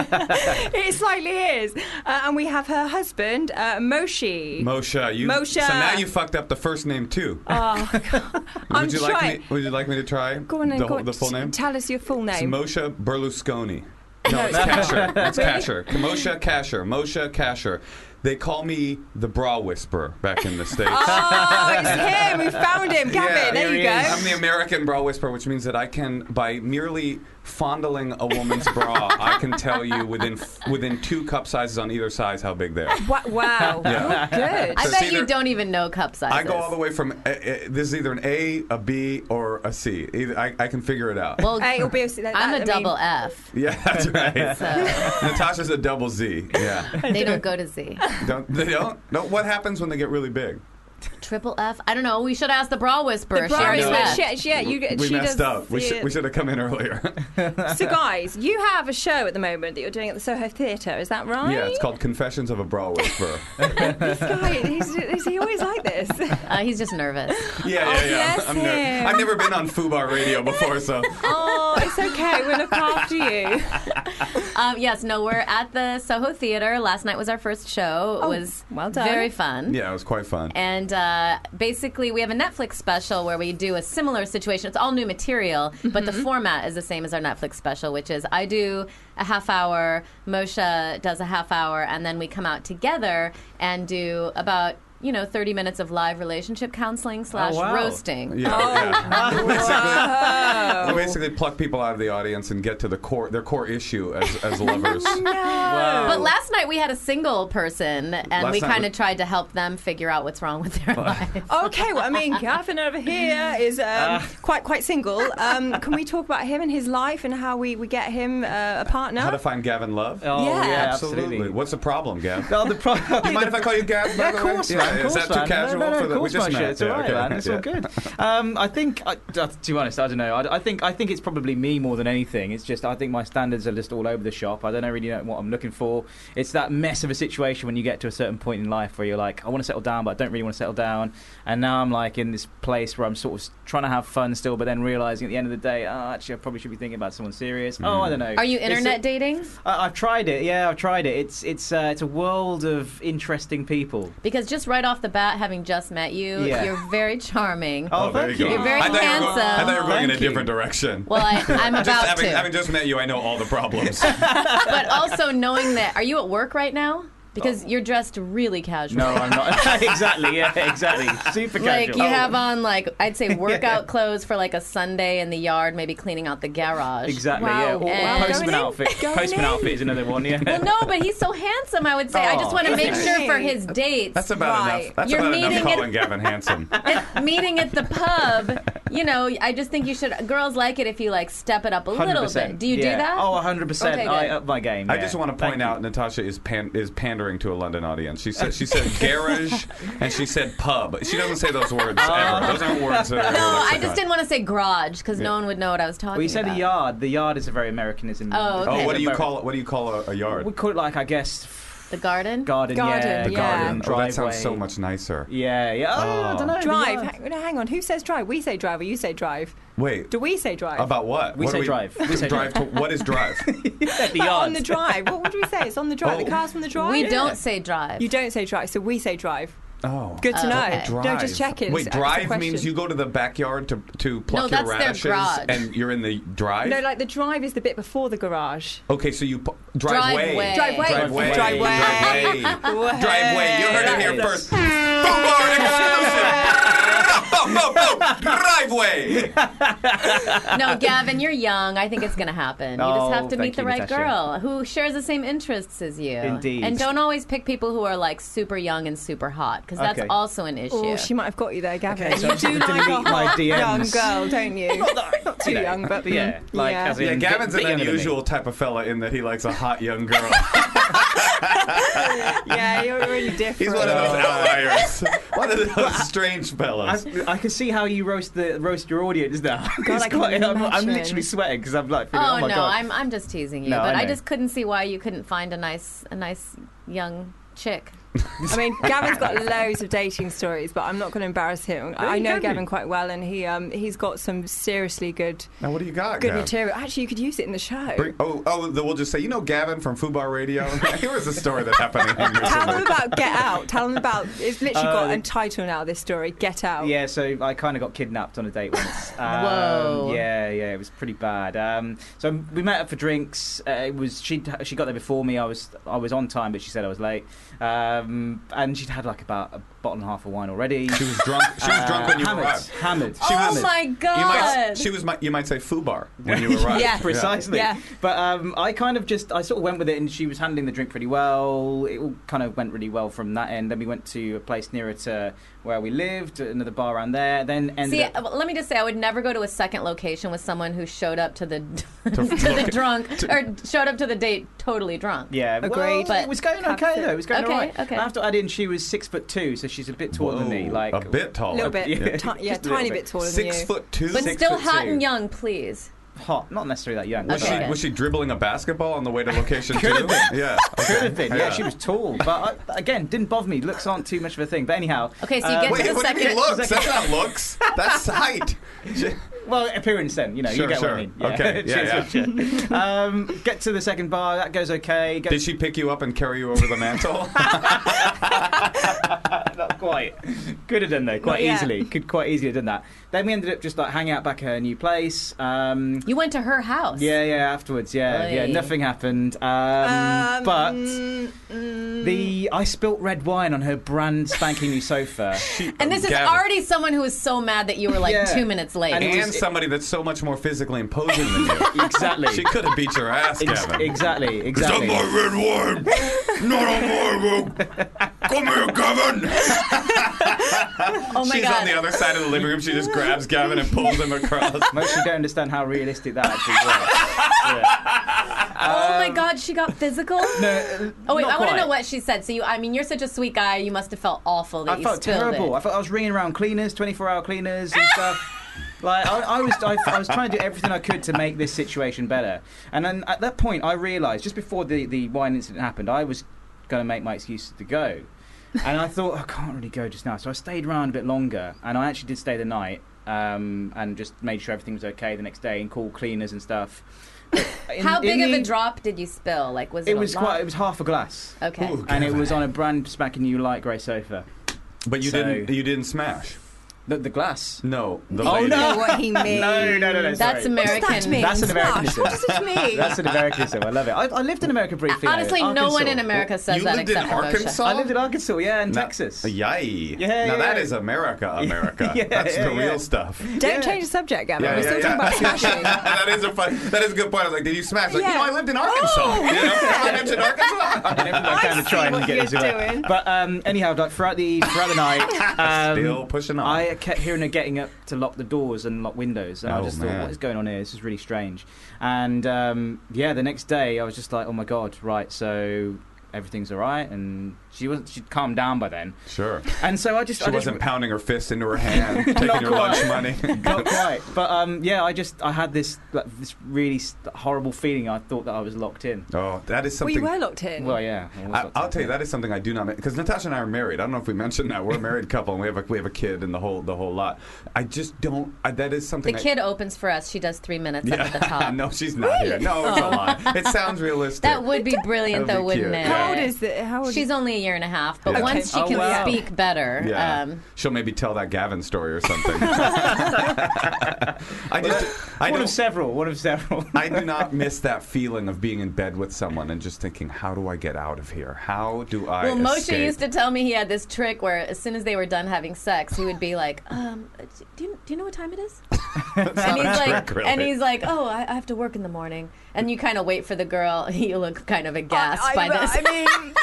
It slightly is. Uh, and we have her husband, uh, Moshi. Moshe, you. Moshe. So now you fucked up the first name too. would I'm you trying- like me? Would you like me to try go on and the, go whole- the full t- name? Tell us your full It's name. Moshe Berlusconi. No, it's Kasher. It's Kasher. Moshe Kasher. Moshe Kasher. They call me the bra whisperer back in the states. Oh, it's him. We found him. Gavin, there you go. I'm the American bra whisperer, which means that I can, by merely fondling a woman's bra, I can tell you within f- within two cup sizes on either side how big they are. Wa- Wow. Yeah. You're good. I So bet see, you there- don't even know cup sizes. I go all the way from a, a, this is either an A, a B, or a C. Either, I, I can figure it out. Well, Hey, it'll be a- that- that- I'm I a mean- double F. yeah, that's right. Natasha's a double Z. Yeah, They don't go to Z. don't they don't? No, what happens when they get really big? Triple F. I don't know. We should ask the bra whisperer. The She bra already is left. where she, yeah, you, we she messed does up. Oh, We, the- should we should have come in earlier. So, guys, you have a show at the moment that you're doing at the Soho Theatre. Is that right? yeah, it's called Confessions of a Bra Whisperer. yeah, This guy, he's, is he always like this? Uh, he's just nervous. yeah, yeah. Oh, bless I'm ner- him. I've never been on Fubar Radio before, so Oh, it's okay. We'll look after you. Um, yes, no, we're at the Soho Theater. Last night was our first show. It Oh, was well done. very fun. yeah, it was quite fun. And uh, basically, we have a Netflix special where we do a similar situation. It's all new material, but Mm-hmm. the format is the same as our Netflix special, which is I do a half hour, Moshe does a half hour, and then we come out together and do about you know thirty minutes of live relationship counseling slash wow. roasting. Oh, Yeah, yeah. basically, Oh. we basically pluck people out of the audience and get to the core, their core issue as, as lovers. But last night we had a single person, and Oh. Last we night kind we- of tried to help them figure out what's wrong with their life. Okay, well, I mean, Gavin over here is um, quite quite single. Um, can we talk about him and his life and how we, we get him uh, a partner? How to find Gavin love? Oh, yeah, Yeah. absolutely. What's the problem, Gav? Well, the pro- Do you mind if I call you Gav? Yeah, by of the way? course, Yeah, man. Of Is course, that too man. casual no, no, no, for of the? We course, just man, met. It's all Yeah, right, okay. man. It's Yeah. all good. Um, I think, I, uh, to be honest, I don't know. I, I think I think it's probably me more than anything. It's just I think my standards are just all over the shop. I don't know really know what I'm looking for. It's that mess of a situation when you get to a certain point in life where you're like, I want to settle down, but I don't really want to settle down. And now I'm like in this place where I'm sort of s- trying to have fun still, but then realizing at the end of the day, oh, actually, I probably should be thinking about someone serious. Oh, Hmm. I don't know. Are you It's a- internet dating? I, I've tried it. Yeah, I've tried it. It's it's uh, it's a world of interesting people. Because just right off the bat, having just met you, Yeah. you're very charming. Oh, there you go. You're very I thought you were go- I handsome. thought you were going in a Thank you. different direction. Well, I, I'm about just having, to. having just met you, I know all the problems. but also knowing that, are you at work right now? Because Oh. you're dressed really casual. No, I'm not. exactly. Yeah, exactly. Super Like casual. you have on like I'd say workout clothes for like a Sunday in the yard, maybe cleaning out the garage. Exactly. Wow, Yeah. Or- or wow. postman Going in, outfit. going Postman in. outfit is another one. Yeah. Well, no, but he's so handsome. I would say I just Oh, want to make sure for okay. his dates. That's about Right. enough. That's You're about meeting enough it- calling Gavin handsome. meeting at the pub, you know, I just think you should. Girls like it if you like step it up a little 100%, bit. Do you do yeah. that? Oh, 100%. Okay, I good. up my game. I yeah. just want to Thank point you. out uh, Natasha is pan- is pandering to a London audience. She said she said garage and she said pub. She doesn't say those words ever. Those aren't words that are. in her no, I lexicon. just didn't want to say garage because no one would know what I was talking Well, you said about. a yard. The yard is a very Americanism. Oh, okay. Oh, what do you Ameri- call it? What do you call a, a yard? We call it like I guess The garden. garden. Garden, Yeah. The yeah. Garden. Oh, Driveway. that sounds so much nicer. Yeah. Yeah. Oh, I don't know. the drive. yard. Hang, no, hang on. Who says drive? We say drive or you say drive? Wait, Do we say drive? about what? We What say do drive. We say drive. To, what is drive? The But yard. on the drive. What would we say? It's on the drive. Oh. The car's on the drive. We don't say drive. You don't say drive, so we say drive. oh, Good to Oh, know. okay. No, just check it. Wait, It's- it's a drive question. means you go to the backyard to to No, pluck that's your their radishes, garage. and you're in the drive. No, like the drive is the bit before the garage. okay, so you pu- driveway. Driveway. Driveway. Oh, Driveway. Driveway. Driveway. Driveway. You heard it here first. Full bar exclusive. Boom, boom, boom. Driveway. no, Gavin, you're young. I think it's going to happen. You Oh, just have to thank meet the you, right girl Natasha. who shares the same interests as you. Indeed. And don't always pick people who are like super young and super hot because that's Okay. also an issue. Oh, she might have got you there, Gavin. Okay, so you I'm just do gonna like a delete my hot young DMs. girl, don't you? Not too young, but- mm, yeah, like Yeah. as in Yeah, bit- Gavin's bit an younger than me. unusual type of fella in that he likes a hot young girl. yeah, you're really different. He's one of those outliers. One of those strange I, fellas. I can see how you roast the roast your audience now. It's I can I'm, I'm imagine. literally sweating because I'm like, feeling, Oh, oh, my no, god. I'm I'm just teasing you, No, but I I, know. just couldn't see why you couldn't find a nice a nice young chick. I mean, Gavin's got loads of dating stories, but I'm not going to embarrass him. I you know can be. Gavin quite well, and he um, he's got some seriously good Now, what do you got, good Gav? material. Actually, you could use it in the show. Bring- oh, oh, then we'll just say, you know Gavin from Fubar Radio? Here was a story that happened in here. Tell somewhere. them about Get Out. Tell them about. It's literally Oh, got the- a title now. This story, Get Out. Yeah, so I kind of got kidnapped on a date once. Um, Whoa. Yeah, yeah, it was pretty bad. Um, so we met up for drinks. Uh, it was she she got there before me. I was I was on time, but she said I was late. Um, Um, and she'd had like about a bottle and a half of wine already. She was drunk. She was drunk when you hammered, arrived. Hammered. She oh was- my god! You might, she was, my, you might say foobar when you arrived. Yeah, precisely. But um, I kind of just I sort of went with it, and she was handling the drink pretty well. It all kind of went really well from that end. Then we went to a place nearer to where we lived, another bar around there. Then ended See, up uh, let me just say, I would never go to a second location with someone who showed up to the to, the drunk or showed up to the date totally drunk. Yeah, Agreed. Well, it was going okay though. It was going Okay, all right. okay. And I have to add in she was six foot two, so she's a bit taller than me. Whoa, Like a bit taller. Little bit. Ti- yeah, Just a tiny little bit taller than Six you. foot two. but Six still foot hot two. and young, please. Hot, not necessarily that young. Was but- she was she dribbling a basketball on the way to location too? yeah. Could have been. Yeah, she was tall, but I, again, didn't bother me. Looks aren't too much of a thing. But anyhow, Okay, so you uh, get Wait, to the what do you second. mean looks? That's not looks. That's height. well, appearance then. You know, Sure, you get sure. what I mean. Okay, yeah, Cheers, Richard. um, get to the second bar. That goes okay. Get Did she pick you up and carry you over the mantle? not quite. Could have done though, quite yet. easily. Could quite easily have done that. Then we ended up just like hanging out back at her new place. Um, You went to her house. Yeah, yeah, afterwards, yeah, Oy. yeah. Nothing happened. Um, but the I spilt red wine on her brand spanking new sofa. And this is Gavin. already someone who is so mad that you were like Yeah. two minutes late. And it and was- somebody that's so much more physically imposing than you. exactly. She could have beat your ass, Ex- Gavin. exactly, exactly. red wine. Not on my Come here, Gavin. oh my She's god! on the other side of the living room. She just grabs Gavin and pulls him across. Most people don't understand how realistic that actually was. Yeah. oh my god! She got physical. No, uh, Oh wait, not I want to quite. know what she said. So you, I mean, you're such a sweet guy. You must have felt awful that I you felt spilled terrible. I it. felt I was ringing around cleaners, 24-hour cleaners and stuff. Like I, I was, I, I was trying to do everything I could to make this situation better. And then at that point, I realised just before the the wine incident happened, I was going to make my excuses to go. And I thought "Oh, I can't really go just now, so I stayed around a bit longer. And I actually did stay the night um, and just made sure everything was okay the next day and called cleaners and stuff. But in- How in big of the- a drop did you spill? Like, was it? It a was lot? quite. It was half a glass. Okay. Ooh. And it was on a brand spanking new light grey sofa. But you So- didn't. You didn't smash. The, the glass. No. The Oh, lady. no. know what he means. No, no, no, no. That's sorry. American. What does that mean? That's an American Smash. What does this mean? That's an Americanism. I love it. I, I lived in America briefly. Honestly, though. no one Arkansas. in America says you that lived in except for Moshe. Arkansas? I lived in Arkansas, yeah, and Now- Texas. Yay. Yeah, now yeah, that yeah. is America, America. Yeah, That's yeah, the yeah. real stuff. Don't Yeah. change the subject, Gavin. Yeah, We're yeah, still yeah. talking about smashing. that is a fun. That is a good point. I was like, did you smash? Like, Yeah. you know, I lived in Arkansas. You know, I mentioned Arkansas. And everyone kind of trying to what get you're this away. doing. But um, anyhow, like throughout the throughout the night, um, Still pushing on. I kept hearing her getting up to lock the doors and lock windows, and I Oh, just man. thought, what is going on here? This is really strange. And um, yeah, the next day, I was just like, oh my god, right? So everything's all right, and she wasn't. She'd calmed down by then, Sure. and so I just She I just, wasn't pounding her fist into her hand, taking Not your quite. lunch money. not quite. But um, yeah, I just I had this like, this really s- horrible feeling. I thought that I was locked in. Oh, that is We something. were locked in. Well, yeah. I was I, locked I'll in. tell you that is something I do not because Natasha and I are married. I don't know if we mentioned that we're a married couple and we have a we have a kid and the whole the whole lot. I just don't. I, that is The something. I- kid opens for us. She does three minutes up at the top. Oh. no, she's not here. No, it's a lie. It sounds realistic. That would be brilliant, That though, would be wouldn't cute. it? How old is the? How old? She's only a year and a half, but Okay. once she Oh, can wow. speak better, Yeah. um, She'll maybe tell that Gavin story or something. I just, I one of don't, several. One of several. I do not miss that feeling of being in bed with someone and just thinking, how do I get out of here? How do I? Well, Moshe escape? used to tell me he had this trick where, as soon as they were done having sex, he would be like, um, "Do you do you know what time it is?" and he's not a like, trick, really. and he's like, "Oh, I, I have to work in the morning." And you kind of wait for the girl. You look kind of aghast I, I, by this. I mean,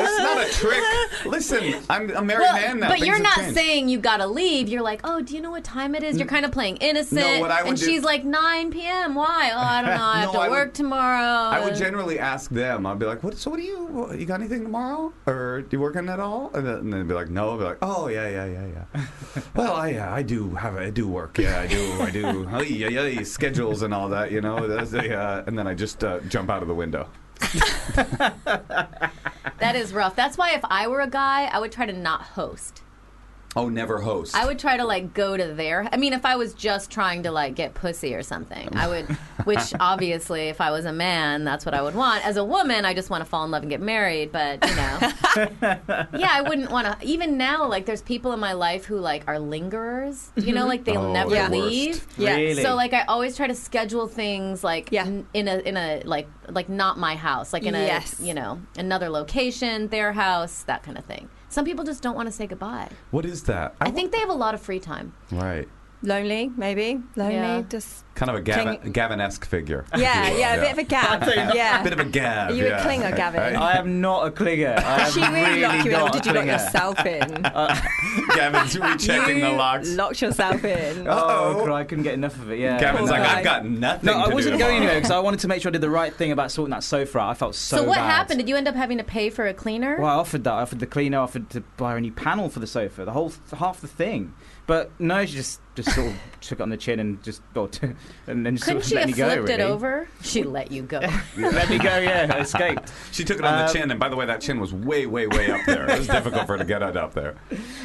It's not a trick. Listen, I'm a married Well, man now. but Things you're have not changed. Mm. saying you gotta leave. You're like, oh, do you know what time it is? You're kind of playing innocent. No, what I would and do- she's like, 9 p.m. Why? Oh, I don't know. I have No, to I would- work tomorrow. I would generally ask them. I'd be like, "What? So, what do you? What, you got anything tomorrow? Or do you working at all?" And then, and then they'd be like, "No." I'd be like, "Oh yeah, yeah, yeah, yeah. well, I uh, I do have I do work. Yeah, I do. I do. Ay, ay, ay, schedules and all that. You know. That's the, uh, and then I just uh, jump out of the window. That is rough. That's why if I were a guy, I would try to not host. Oh, never host. I would try to like go to their. I mean, if I was just trying to like get pussy or something, I would. Which obviously, if I was a man, that's what I would want. As a woman, I just want to fall in love and get married. But you know, yeah, I wouldn't want to. Even now, like there's people in my life who like are lingerers. You know, like they'll Oh, never the worst. leave. Yeah. Really? So like I always try to schedule things like n- in a in a like like not my house, like in a Yes. you know another location, their house, that kind of thing. Some people just don't want to say goodbye. What is that? I think they have a lot of free time. Right. Lonely, maybe. Lonely, just. Kind of a Gavin, Gavin-esque figure. if Yeah, you will. yeah, a bit of a gab. yeah. Bit of a Gav. Are you a yeah. clinger, Gavin? I- I am not a clinger. I am She really locked you in. not Or a did you lock clinger. yourself in? I- Gavin's rechecking the You locks. Locked yourself in. Oh, God, I couldn't get enough of it. Yeah. Gavin's like, guy. I've got nothing. No, I to wasn't do going anywhere tomorrow." because I wanted to make sure I did the right thing about sorting that sofa out. I felt so. So, what bad. happened? Did you end up having to pay for a cleaner? Well, I offered that. I offered the cleaner. I offered to buy her a new panel for the sofa. The whole half the thing. But no, she just just sort of took it on the chin and just or t- and then just Couldn't she sort of have let me flipped go. it really. over? She let you go. let me go. Yeah, I escaped. She took it on the Um, chin, and by the way, that chin was way, way, way up there. It was difficult for her to get it up there.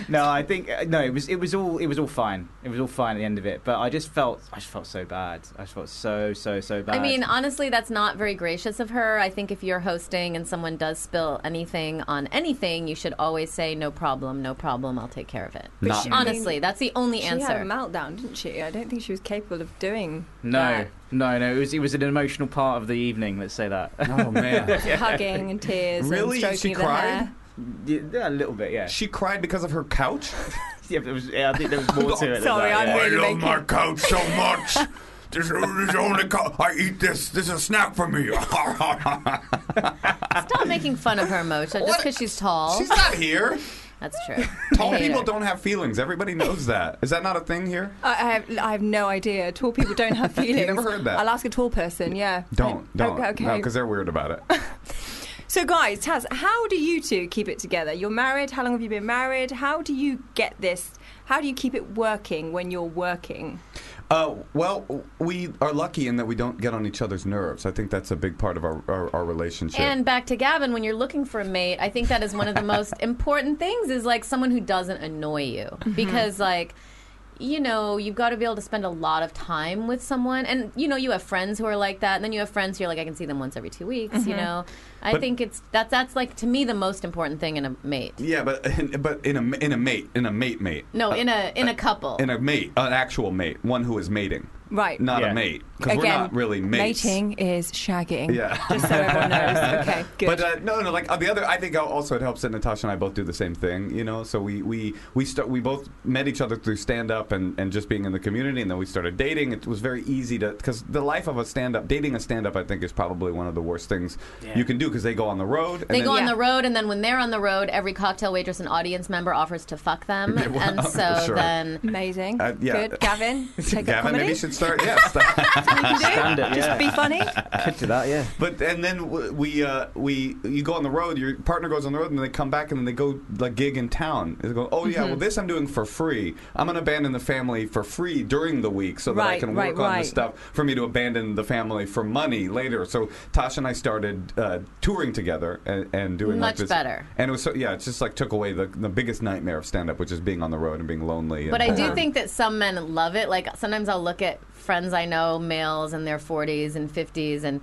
No, I think uh, no. It was it was all it was all fine. It was all fine at the end of it. But I just felt I just felt so bad. I just felt so so so bad. I mean, honestly, that's not very gracious of her. I think if you're hosting and someone does spill anything on anything, you should always say, "No problem, no problem. I'll take care of it." But Not- she- honestly, that's the only She answer. had a meltdown, didn't she? I don't think she was capable of doing no, that. no, no. It was it was an emotional part of the evening. Let's say that. Oh man, hugging and tears Really? and stroking She the cried? hair. yeah, a little bit. Yeah. she cried because of her couch. Yeah, but it was, yeah, I think there was more to it. than Sorry, that, I'm yeah. really making- couch so much. This is only couch. I eat this. This is a snack for me. Stop making fun of her, Moshe, just What? because she's tall. She's not here. That's true. Tall I hate people her. don't have feelings. Everybody knows that. Is that not a thing here? I, I, have, I have no idea. Tall people don't have feelings. never heard that. I'll ask a tall person, yeah. Oh, Don't, don't, Okay, okay. no, because they're weird about it. So, guys, Taz, how do you two keep it together? You're married. How long have you been married? How do you get this? How do you keep it working when you're working? Uh, well, we are lucky in that we don't get on each other's nerves. I think that's a big part of our our, our relationship. And back to Gavin, when you're looking for a mate, I think that is one of the most important things is like someone who doesn't annoy you. Because, like, you know, you've got to be able to spend a lot of time with someone. And, you know, you have friends who are like that. And then you have friends who are like, I can see them once every two weeks, you know? I But- think it's that's, that's like, to me, the most important thing in a mate. yeah, but but in a in a mate in a mate mate. No, in a in a couple. in a mate, an actual mate, one who is mating, Right. not Yeah. a mate, because we're Again, not really mates. Mating is shagging. Yeah. Just so everyone knows. Okay, good. But uh, no, no. Like on the other, I think also it helps that Natasha and I both do the same thing. You know, so we we we start we both met each other through stand up and and just being in the community, and then we started dating. It was very easy to because the life of a stand up, dating a stand up, I think is probably one of the worst things you can do because they go on the road. And they then- go on Yeah. the road, and then when they're on the road, every cocktail waitress and audience member offers to fuck them. Well, and so sure. then Amazing. Uh, yeah. Good. Gavin, take up Gavin, comedy. maybe you should start. Yes. Standard, yeah. Be funny. Could do that, yeah. But and then w- we uh, we you go on the road. Your partner goes on the road, and they come back, and then they go like gig in town. They go, oh yeah, well this I'm doing for free. I'm gonna abandon the family for free during the week, so that I Right, can right, work on right. this stuff for me to abandon the family for money later. So Tasha and I started uh, touring together and, and doing like Much this- better. And it was so yeah, it just like took away the, the biggest nightmare of stand up, which is being on the road and being lonely. But I and do bored. think that some men love it. Like sometimes I'll look at friends I know, males in their 40s and 50s, and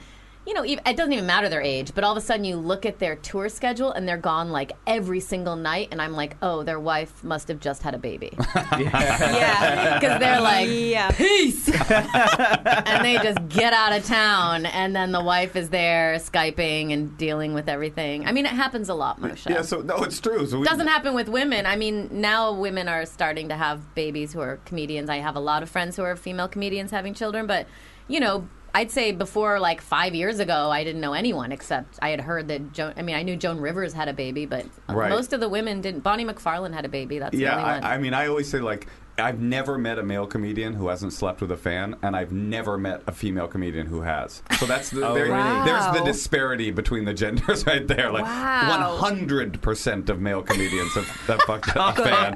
you know, ev- it doesn't even matter their age. But all of a sudden, you look at their tour schedule and they're gone like every single night, and I'm like, oh, their wife must have just had a baby Yeah. because they're like. yeah. Peace, and they just get out of town, and then the wife is there skyping and dealing with everything. I mean, it happens a lot, Moshe. yeah. So no, it's true. So we, Doesn't happen with women. I mean, now women are starting to have babies who are comedians. I have a lot of friends who are female comedians having children, but you know, I'd say before like five years ago, I didn't know anyone except I had heard that. Joan, I mean, I knew Joan Rivers had a baby, but Right. most of the women didn't. Bonnie McFarlane had a baby. That's the Yeah, only one. I, I mean, I always say like I've never met a male comedian who hasn't slept with a fan, and I've never met a female comedian who has. So that's the, Oh, there- really? there's the Wow. disparity between the genders right there. Like Wow. 100% of male comedians have, have fucked a God, fan,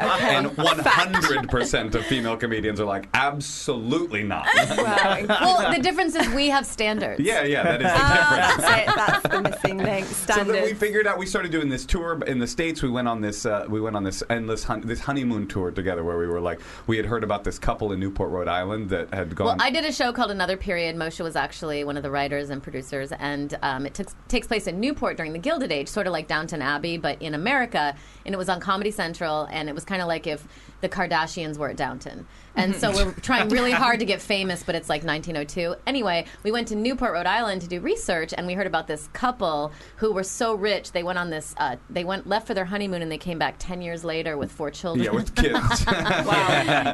okay. and 100% of female comedians are like, absolutely not. well, the difference is we have standards. Yeah, yeah, that is the Oh, That's it. That's the missing link. So Standard. then we figured out we started doing this tour in the states. We went on this uh, we went on this endless hun- this honeymoon tour together where we were like we had heard about this couple in Newport, Rhode Island that had gone. Well, I did a show called Another Period. Moshe was actually one of the writers and producers, and um, it took, takes place in Newport during the Gilded Age, sort of like Downton Abbey, but in America. And it was on Comedy Central, and it was kind of like if the Kardashians were at Downton. And so Mm-hmm. we're trying really hard to get famous, but it's like 1902. Anyway, we went to Newport, Rhode Island to do research, and we heard about this couple who were so rich they went on this uh, they went left for their honeymoon, and they came back 10 years later with four children. yeah, with kids.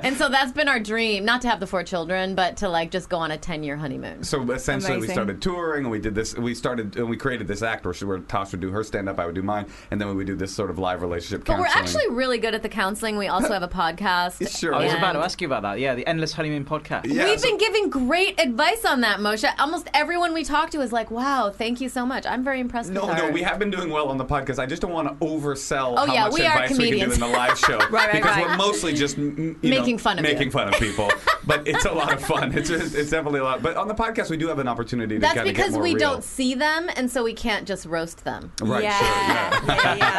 and so that's been our dream not to have the four children but to like just go on a 10 year honeymoon So essentially, we Amazing. started touring, and we did this. We started and we created this act where, she, where Tosh would do her stand up, I would do mine, and then we would do this sort of live relationship. but we're counseling. actually really good at the counseling we also have a podcast Sure. I was Oh, about and- to ask you about that. Yeah, the Endless Honeymoon podcast. We've been giving great advice on that, Moshe. Almost everyone we talk to is like, "Wow, thank you so much. I'm very impressed." No, with no, our- we have been doing well on the podcast. I just don't want to oversell Oh, how yeah, much we are advice we can do comedians. in the live show Right, right, because right. we're mostly just mm, you Making know, fun of you. making fun of people. but it's a lot of fun. It's just, it's definitely a lot. But on the podcast, we do have an opportunity to That's kind of get because more we real. don't see them, and so we can't just roast them. Right, Yeah, sure, yeah.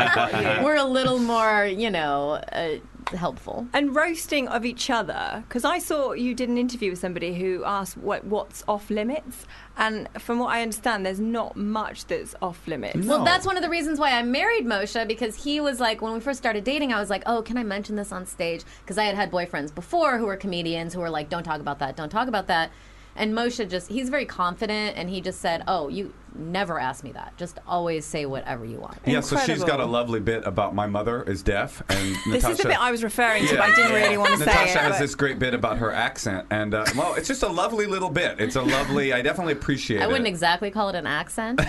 we're a little more, you know, uh, helpful. and roasting of each other because I saw you did an interview with somebody who asked what what's off limits, and from what I understand, there's not much that's off limits. Well, that's one of the reasons why I married Moshe because he was like, when we first started dating, I was like, oh, can I mention this on stage? Because I had had boyfriends before who were comedians who were like, don't talk about that, don't talk about that. And Moshe just, he's very confident and he just said, oh, you never ask me that. Just always say whatever you want. Yeah, so she's got a lovely bit about my mother is deaf, and This Natasha. is the bit I was referring to, but I didn't really want to Natasha say it. has but- this great bit about her accent, and uh, well, it's just a lovely little bit. It's a lovely. I definitely appreciate I wouldn't it. exactly call it an accent.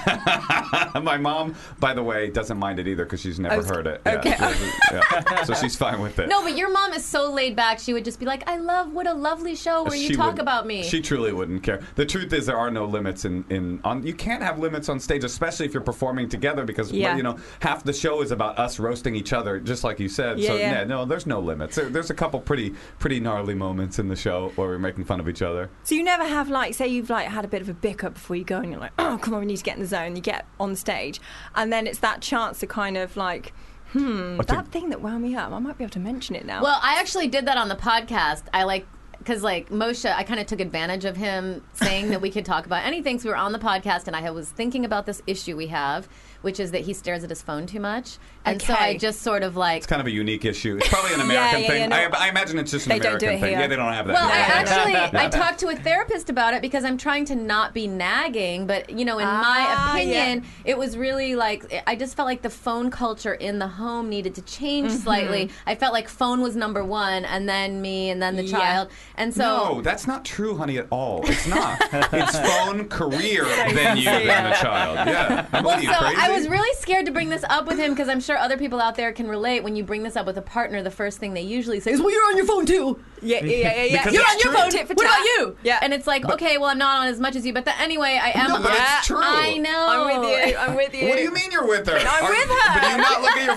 My mom, by the way, doesn't mind it either because she's never Okay. heard it. Yeah, Okay. she doesn't- yeah. So she's fine with it. no, but your mom is so laid back. She would just be like, I love what a lovely show where you She talk would- about me. She truly wouldn't care. The truth is, there are no limits in, in on. You can't have limits on stage, especially if you're performing together, because Yeah. you know half the show is about us roasting each other, just like you said. Yeah, so yeah. no, there's no limits. There, there's a couple pretty pretty gnarly moments in the show where we're making fun of each other. So you never have like, say you've like had a bit of a bicker before you go, and you're like, oh come on, we need to get in the zone. You get on stage, and then it's that chance to kind of like, hmm, I that thing that wound me up. I might be able to mention it now. Well, I actually did that on the podcast. I like because like Moshe, I kind of took advantage of him saying that we could talk about anything. So we were on the podcast, and I was thinking about this issue we have, which is that he stares at his phone too much, and so I Okay. just sort of like. It's kind of a unique issue. It's probably an American yeah, thing. yeah, no. I, I imagine it's just an They don't American do it thing. here. Yeah, they don't have that. Well, I Yeah, yeah, actually yeah. I talked to a therapist about it because I'm trying to not be nagging, but you know, in Ah, my yeah. opinion, it was really like I just felt like the phone culture in the home needed to change Mhm. slightly. I felt like phone was number one, and then me, and then the Yeah. child, and so no, that's not true, honey, at all. It's not. it's phone, career, then you, then the child. Yeah. I'm well, with you, so crazy? I was really scared to bring this up with him because I'm sure other people out there can relate. When you bring this up with a partner, the first thing they usually say is, "Well, you're on your phone too." Yeah, yeah, yeah, yeah, yeah. Because You're it's on your true. phone. Tit for What tat. about you? Yeah. And it's like, okay, well, I'm not on as much as you, but the, anyway, I am. No, on but the- it's true. I know. I'm with you. I'm with you. What do you mean you're with her? I'm Are- with her. But do you not look at your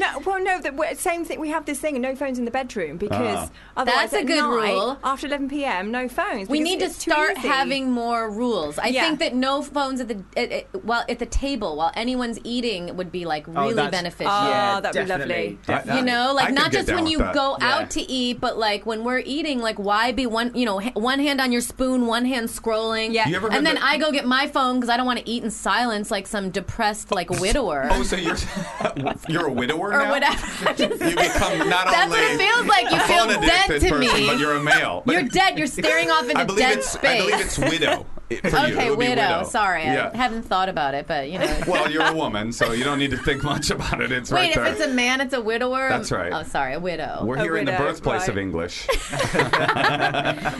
No, well, no. The we're- same thing. We have this thing, no phones in the bedroom because Ah. otherwise, That's a at good night, rule. After 11 p.m., no phones. We because need to it's too start easy. having more rules. I Yeah. think that no phones at the at, at, while at the table while anyone's eating would be Oh, like really Oh, that's- beneficial. Ah, Yeah, that'd be definitely, lovely. You definitely. know, I like could not get just down when with you that. go Yeah. out to eat, but like when we're eating, like why be one, you know, ha- one hand on your spoon, one hand scrolling, yeah. You ever heard and then the- I go get my phone because I don't want to eat in silence like some depressed like widower. Oh, so you're you're a widower Or now? whatever. You become not That's only what it feels like. You a feel phone dead addicted to person, me. but you're a male. But You're dead. You're staring off into I believe dead it's space. I believe it's widow i- for you. okay, It would be widow. Sorry, Yeah. I haven't thought about it, but you know. well, you're a woman, so you don't need to think much about it. It's Wait, right there. if it's a man, it's a widower. That's right. Oh, sorry, a widow. We're A here in the widow, birthplace right. of English.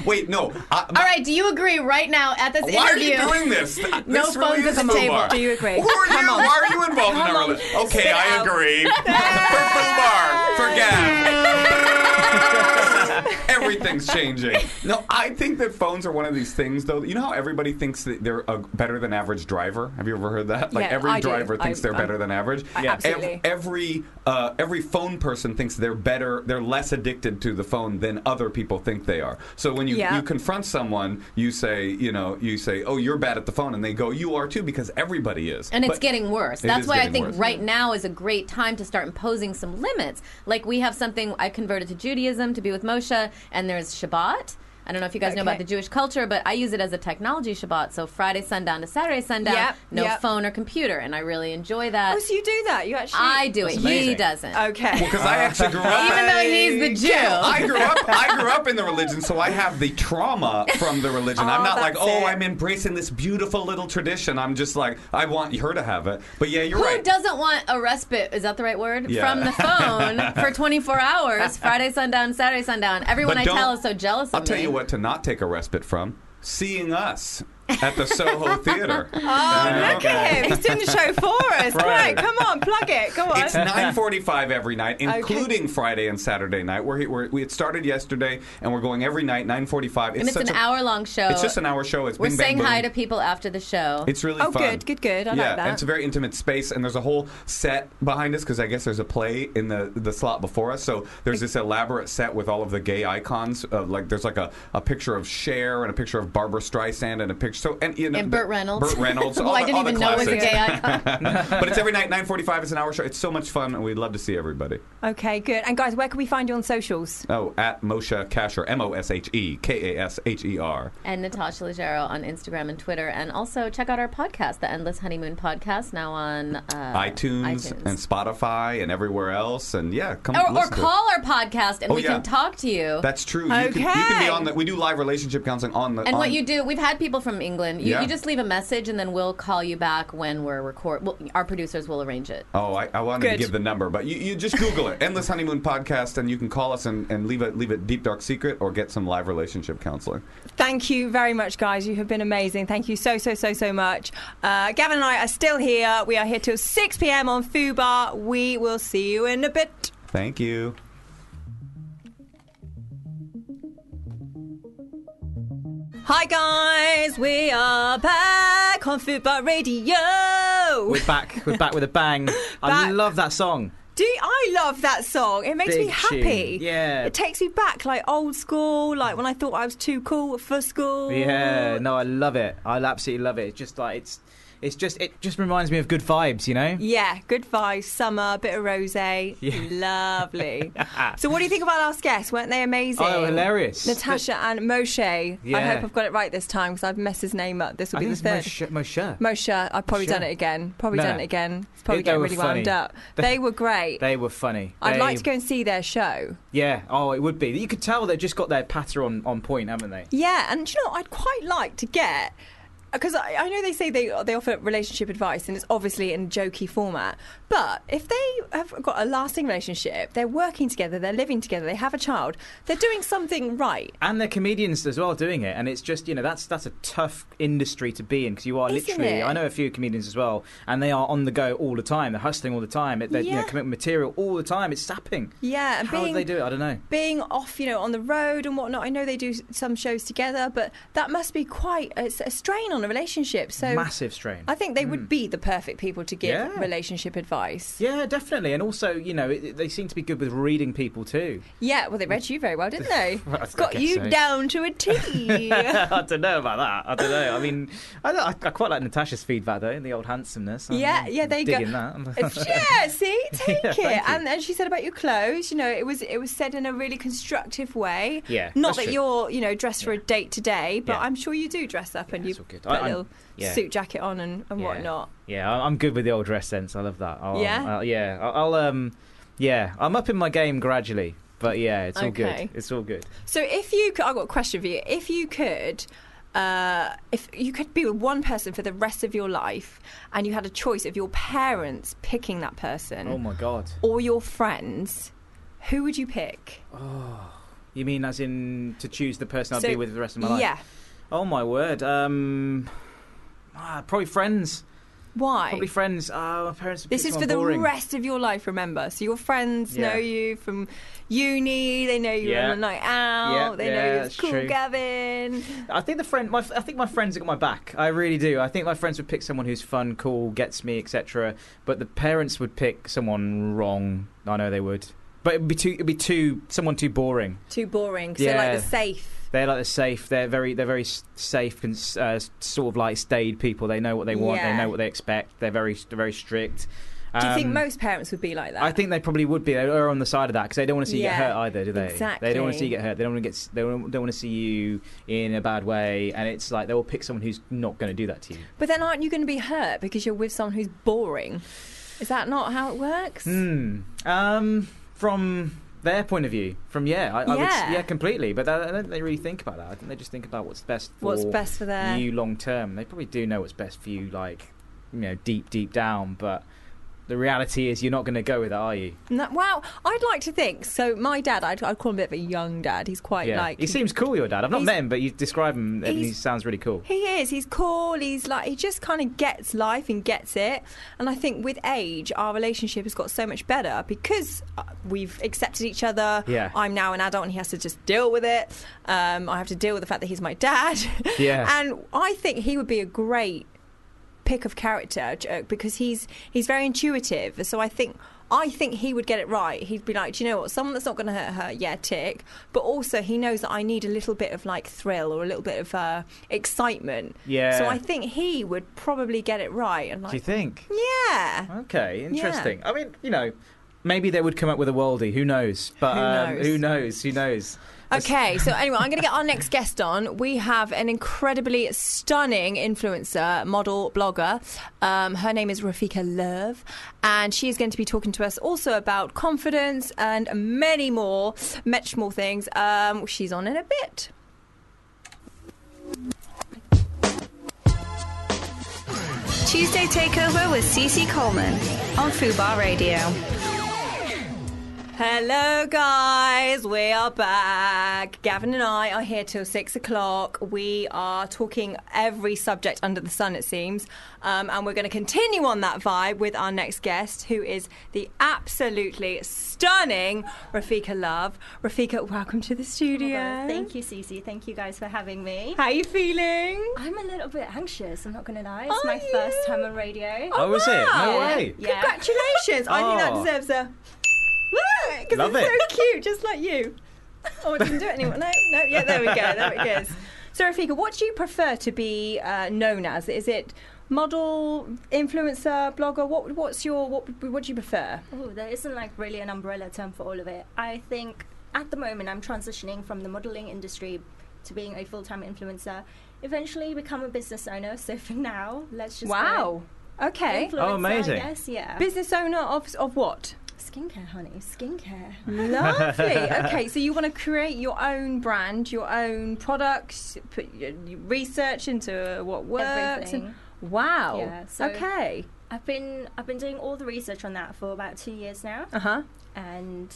Wait, no. I, All right. Do you agree right now at this why are interview? you doing this? Th- no this really phones is at the foo table. bar. agree? Who are you? Why are you involved in Come our on. relationship? Okay, Spit it I out. agree. for foo bar, for gab. everything's changing. No, I think that phones are one of these things, though. You know how everybody thinks that they're a better than average driver. Have you ever heard that? Like Yeah, every I do. driver thinks I- they're I'm- better than average. I- Yeah. absolutely. Ev- every uh, every phone person thinks they're better. They're less addicted to the phone than other people think they are. So when you Yeah. you confront someone, you say, you know, you say, "Oh, you're bad at the phone," and they go, "You are too," because everybody is. And it's But- getting worse. It That's is why I getting think worse. right now is a great time to start imposing some limits. Like we have something I converted to Judaism to be with Moshe, and there's Shabbat. I don't know if you guys know about Okay. the Jewish culture, but I use it as a technology Shabbat. So Friday sundown to Saturday sundown, Yep, no yep. phone or computer, and I really enjoy that. Oh, so you do that? You actually? I do it. That's He amazing. doesn't. Okay. Well, because I actually grew up. Even though he's the Jew. I grew up. I grew up in the religion, so I have the trauma from the religion. I'm Oh, not like, that's oh, it. I'm embracing this beautiful little tradition. I'm just like, I want her to have it. But yeah, you're Who right. doesn't want a respite? Is that the right word? Yeah. From the phone for 24 hours, Friday sundown, Saturday sundown. Everyone But I don't- tell is so jealous of I'll tell me. you what to not take a respite from: seeing us at the Soho Theater. Oh, You know? look at him. He's doing the show for us. Right. Right. Come on, plug it. Go on. It's 9:45 every night, including Friday and Saturday night. We're, he- we're we had started yesterday, and we're going every night 9:45. And it's such an a- hour-long show. It's just an hour show. It's We're bing, bang, saying hi boom. to people after the show. It's really Oh, fun. good, good, good. I like yeah, that. and it's a very intimate space, and there's a whole set behind us because I guess there's a play in the the slot before us. So there's this elaborate set with all of the gay icons. Uh, like there's like a, a picture of Cher and a picture of Barbara Streisand and a picture. So and you know And the- Burt Reynolds. Burt Reynolds. Who all I the- didn't all the even know was a classics. gay icon. but it's every night 9:45. It's an hour show. It's so much fun, and we'd love to see everybody. okay, good. And guys, where can we find you on socials? Oh, at Moshe Kasher, M O S H E K A S H E R. and Natasha Leggero on Instagram and Twitter. And also check out our podcast, the Endless Honeymoon Podcast, now on uh, iTunes, and Spotify and everywhere else. And yeah, come or, or listen to it. call our podcast and Oh, we yeah. can talk to you. That's true. You, can, you can be Okay. on the. We do live relationship counseling on the. and what on- you do, we've had people from England. You, Yeah. you just leave a message, and then we'll call you back when we're record. Well, our producers will arrange it. Oh, I, I wanted to Good. give the number, but you, you just Google it, "Endless Honeymoon Podcast," and you can call us and, and leave a leave a deep dark secret or get some live relationship counseling. Thank you very much, guys. You have been amazing. Thank you so, so, so, so much. Uh, Gavin and I are still here. We are here till 6 p.m. on Fubar. We will see you in a bit. Thank you. Hi, guys. We are back on Fubar Radio. We're back. We're back with a bang. I Back. love that song. Do you- I love that song? It makes me Big happy. tune. Yeah. It takes me back, like old school, like when I thought I was too cool for school. Yeah, no, I love it. I absolutely love it. It's just like it's, it's just it just reminds me of good vibes, you know. Yeah, good vibes, summer, bit of rose. Lovely. so, what do you think about our guests? Weren't they amazing? Oh, hilarious. Natasha and Moshe. I Yeah. hope I've got it right this time because I've messed his name up. This will I be think the it's third. Moshe. Moshe. Moshe, I've probably Moshe. done it again. Probably No. done it again. It's probably They- they getting were really wound funny. up. They- They were great. They were funny. I'd They- like to go and see their show. Yeah. Oh, it would be. You could tell they've just got their patter on on point, haven't they? Yeah, and do you know, what I'd quite like to get because I, I know they say they they offer relationship advice, and it's obviously in jokey format. But if they have got a lasting relationship, they're working together, they're living together, they have a child, they're doing something right. And they're comedians as well doing it, and it's just you know that's that's a tough industry to be in because you are Isn't literally. it? I know a few comedians as well, and they are on the go all the time. They're hustling all the time. They're you know, Yeah. committing material all the time. It's sapping. Yeah, and How being do they do it? I don't know. being off, you know, on the road and whatnot. I know they do s- some shows together, but that must be quite a, it's a strain on a relationship. So Massive strain. I think they would be the perfect people to give Yeah. relationship advice. Yeah. Yeah, definitely. And also, you know, it, it- they seem to be good with reading people too. well, they read you very well, didn't they? Well, I Got guess you so. down to a T. I don't know about that. I don't know. I mean, I, don't- I, I quite like Natasha's feedback though, the old handsomeness. I'm, Yeah, uh, yeah, there you digging go. That. If- yeah, see, take Yeah, it. thank you. And and she said about your clothes, you know, it was it was said in a really constructive way. Yeah, Not that's that true. you're, you know, dressed for a date today, but Yeah. I'm sure you do dress up and you it's all good. put I- a I'm- little yeah. suit jacket on and, and Yeah. whatnot. Yeah, I- I'm good with the old dress sense. I love that. I'll, Yeah? I'll- yeah. I'll I'll, um, yeah. I'm up in my game gradually, but yeah, it's all Okay. good. It's all good. So if you could, I've got a question for you. If you could, uh, if you could be with one person for the rest of your life and you had a choice of your parents picking that person Oh my god. or your friends, who would you pick? Oh, You mean as in to choose the person I'll So- be with for the rest of my life? Yeah. Oh my word. Um, ah, probably friends. Why? Probably friends. Oh, my parents. are This is so for the boring. rest of your life, remember. So your friends Yeah. know you from uni, they know you Yeah. on a night out, Yeah, they yeah, know you as that's cool true. Gavin. I think the friend. My, I think my friends have got my back. I really do. I think my friends would pick someone who's fun, cool, gets me, etc. But the parents would pick someone wrong. I know they would. But it'd be too. It'd be too. Someone too boring. Too boring. So Yeah. like the safe. They're like the safe. They're very. They're very s- safe and s- uh, s- sort of like staid people. They know what they want. Yeah. They know what they expect. They're very. They're very strict. Do you think Um, most parents would be like that? I think they probably would be. They are on the side of that because they don't want to see you get Yeah, hurt either, do they? They don't want to see exactly. you get hurt. They don't want to get. They don't, don't want to see you in a bad way. And it's like they will pick someone who's not going to do that to you. But then aren't you going to be hurt because you're with someone who's boring? Is that not how it works? Hmm. Um. From their point of view, from yeah, I, I Yeah. would, yeah, completely. But I don't think they really think about that. I think they just think about what's best for What's uh, best for their- you long term. They probably do know what's best for you, like you know, deep, deep down. But the reality is, you're not going to go with it, are you? No, wow, I'd like to think. So my dad, I'd, I'd call him a bit of a young dad. He's quite like he seems cool, your dad. I've not He's- met him, but you describe him, and he he's- sounds really cool. He is. He's cool. He's like he just kind of gets life and gets it. And I think with age, our relationship has got so much better because uh, we've accepted each other. Yeah. I'm now an adult, and he has to just deal with it. Um, I have to deal with the fact that he's my dad. Yeah. and I think he would be a great pick of character j- uh, because he's he's very intuitive. So I think. I think he would get it right. He'd be like, "Do you know what? Someone that's not going to hurt her, yeah, tick." But also, he knows that I need a little bit of like thrill or a little bit of uh, excitement. Yeah. So I think he would probably get it right. And Do you like, think? yeah, Okay, interesting. I mean, you know, maybe they would come up with a worldie. Who knows? But Who um, knows? who knows? Who knows? Okay, so anyway, I'm going to get our next guest on. We have an incredibly stunning influencer, model, blogger. Um, her name is Rafika Love, and she is going to be talking to us also about confidence and many more, much more things. Um, she's on in a bit. Tuesday Takeover with Cece Coleman on Fubar Radio. Hello, guys. We are back. Gavin and I are here till six o'clock. We are talking every subject under the sun, it seems. Um, and we're going to continue on that vibe with our next guest, who is the absolutely stunning Rafika Love. Rafika, welcome to the studio. Thank you, Cece. Thank you guys for having me. How are you feeling? I'm a little bit anxious, I'm not going to lie. It's Are my first you? time on radio. Oh, is it? No Yeah. way. Yeah. Congratulations. I think that Oh. deserves a. Because Love it's it. so cute, just like you. Oh, I didn't do it anymore. No, no, yeah, there we go, there it goes. So, Rafika, what do you prefer to be uh, known as? Is it model, influencer, blogger? What, what's your what? What do you prefer? Oh, there isn't like really an umbrella term for all of it. I think at the moment I'm transitioning from the modeling industry to being a full-time influencer. Eventually become a business owner. So for now, let's just go Wow. Oh, Okay. influencer, I guess, yeah. Business owner of of what? Skincare, honey. Skincare. Lovely. okay, so you want to create your own brand, your own products, put your, your research into what works. and- Everything. Wow. Yeah, so- okay. I've been I've been doing all the research on that for about two years now. Uh huh. and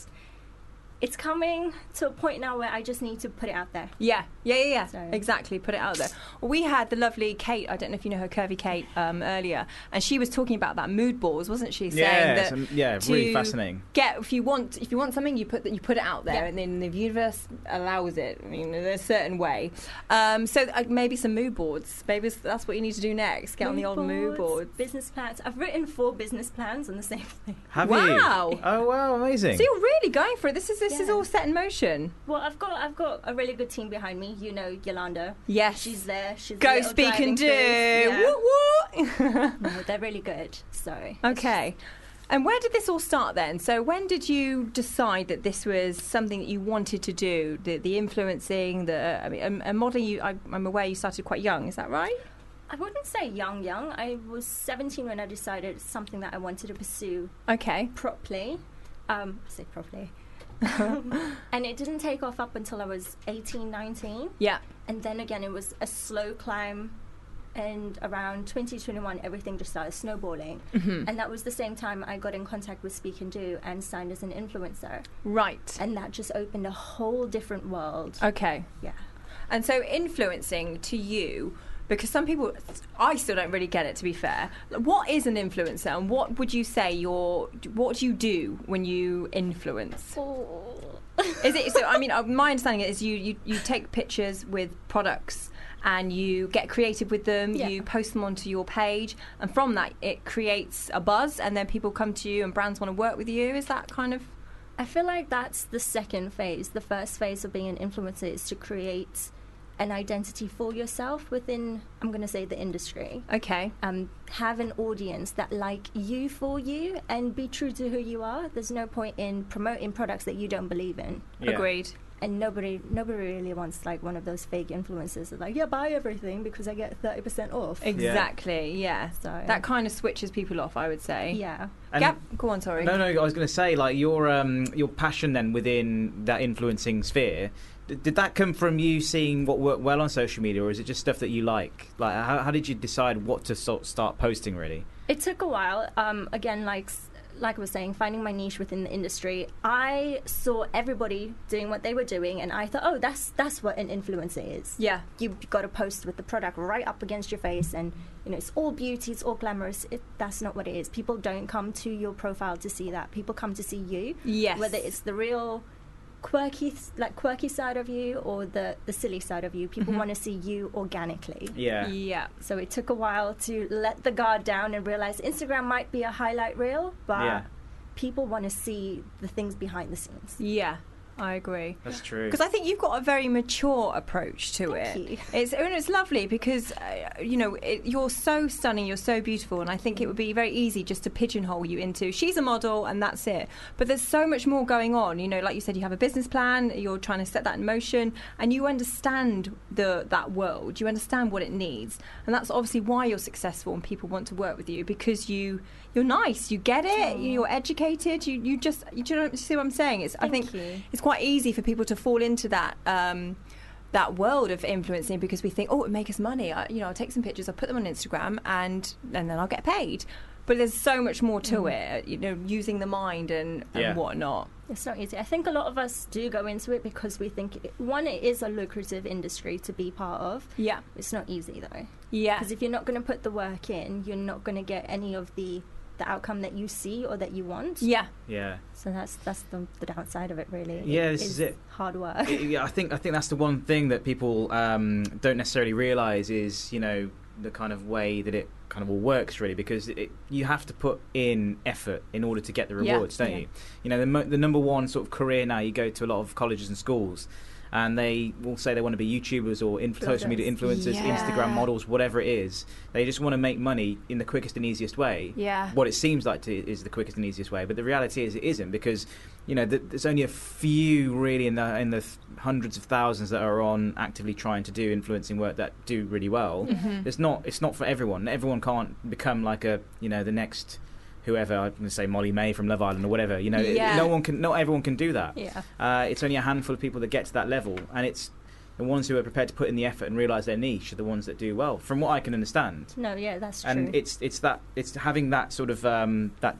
it's coming to a point now where I just need to put it out there. Yeah, yeah, yeah, yeah. Exactly. Put it out there. We had the lovely Kate. I don't know if you know her, Curvy Kate, um, earlier, and she was talking about that mood boards, wasn't she? Saying Yeah, that some- yeah, really to fascinating. Get if you want if you want something, you put that you put it out there, Yeah. and then the universe allows it. I mean, in a certain way. Um, so uh, maybe some mood boards. Maybe that's what you need to do next. Get on the old mood boards. business plans. I've written four business plans on the same thing. Have you? wow. Oh wow, amazing. So you're really going for it. This is this is Yeah. all set in motion. Well, I've got I've got a really good team behind me. You know Yolanda. Yes. she's there. She's the Go little speak and driving force. do. Woo woo. Yeah. No, they're really good. So Okay. And where did this all start then? So when did you decide that this was something that you wanted to do? The, the influencing, the I mean, and, and modeling. You, I, I'm aware you started quite young. Is that right? I wouldn't say young, young. I was 17 when I decided it's something that I wanted to pursue Okay. properly. Um, I say properly. and it didn't take off up until I was 18, 19. Yeah. And then again, it was a slow climb. And around 2021, everything just started snowballing. Mhm. And that was the same time I got in contact with Speak and Do and signed as an influencer. Right. And that just opened a whole different world. Okay. Yeah. And so influencing to you because some people, I still don't really get it. To be fair, Like, what is an influencer, and what would you say your what do you do when you influence? Oh. Is it so? I mean, uh, my understanding is you you, you take pictures with products. And you get creative with them. Yeah. You post them onto your page, and from that, it creates a buzz. And then people come to you, and brands want to work with you. Is that kind of I feel like that's the second phase. The first phase of being an influencer is to create an identity for yourself within, I'm going to say, the industry. Okay. Um, have an audience that like you for you and be true to who you are. There's no point in promoting products that you don't believe in. Yeah. Agreed. And nobody, nobody really wants like one of those fake influencers that like, yeah, buy everything because I get thirty percent off. Exactly. Yeah. So- That kind of switches people off, I would say. Yeah. And- Gab, go on. Sorry. No, no. I was going to say, like your um, your passion then within that influencing sphere. d- Did that come from you seeing what worked well on social media, or is it just stuff that you like? Like, how, how did you decide what to sort start posting? Really, It took a while. Um, again, like s- like I was saying, finding my niche within the industry. I saw everybody doing what they were doing, and I thought, oh, that's that's what an influencer is. Yeah, you've got to post with the product right up against your face, and you know it's all beauty, it's all glamorous. It, that's not what it is. People don't come to your profile to see that. People come to see you. Yes. whether it's the real quirky s- like quirky side of you or the the silly side of you people want to see you organically Yeah. yeah so it took a while to let the guard down and realize instagram might be a highlight reel but Yeah. people want to see the things behind the scenes yeah. I agree. that's true. Because I think you've got a very mature approach to it. It's and it's lovely because uh, you know it, you're so stunning, you're so beautiful, and I think it would be very easy just to pigeonhole you into she's a model and that's it. But there's so much more going on. You know, like you said, you have a business plan, you're trying to set that in motion, and you understand the that world. You understand what it needs, and that's obviously why you're successful and people want to work with you because you you're nice, you get it, you're educated, you you just you, do you know, see what I'm saying? It's I think it's quite easy for people to fall into that um, that world of influencing because we think, oh, it make us money. I, you know, I'll take some pictures, I'll put them on Instagram, and and then I'll get paid. But there's so much more to it, you know, using the mind and, and Yeah. whatnot. It's not easy. I think a lot of us do go into it because we think it, one, it is a lucrative industry to be part of. Yeah. It's not easy though. Yeah. Because if you're not going to put the work in, you're not going to get any of the the outcome that you see or that you want. Yeah. Yeah. So that's that's the, the downside of it, really. Yeah, this is it. Hard work. It- yeah, I think I think that's the one thing that people um, don't necessarily realise is you know the kind of way that it kind of all works really because it, you have to put in effort in order to get the Yeah. rewards, don't Yeah. you? You know the mo- the number one sort of career now you go to a lot of colleges and schools. And they will say they want to be YouTubers or inf- social media influencers, Yeah. Instagram models, whatever it is. They just want to make money in the quickest and easiest way Ah. Yeah. what it seems like to, is the quickest and easiest way, but the reality is it isn't because you know th- there's only a few really in the in the th- hundreds of thousands that are on actively trying to do influencing work that do really well. Mm-hmm. Mhm. It's not it's not for everyone. Everyone can't become like a you know the next whoever I'm going to say Molly May from Love Island or whatever. You know, it- Yeah. no one can not everyone can do that. Yeah. Uh, it's only a handful of people that get to that level, and it's the ones who are prepared to put in the effort and realize their niche are the ones that do well, from what I can understand no, yeah, that's true. and it's it's that it's having that sort of um, that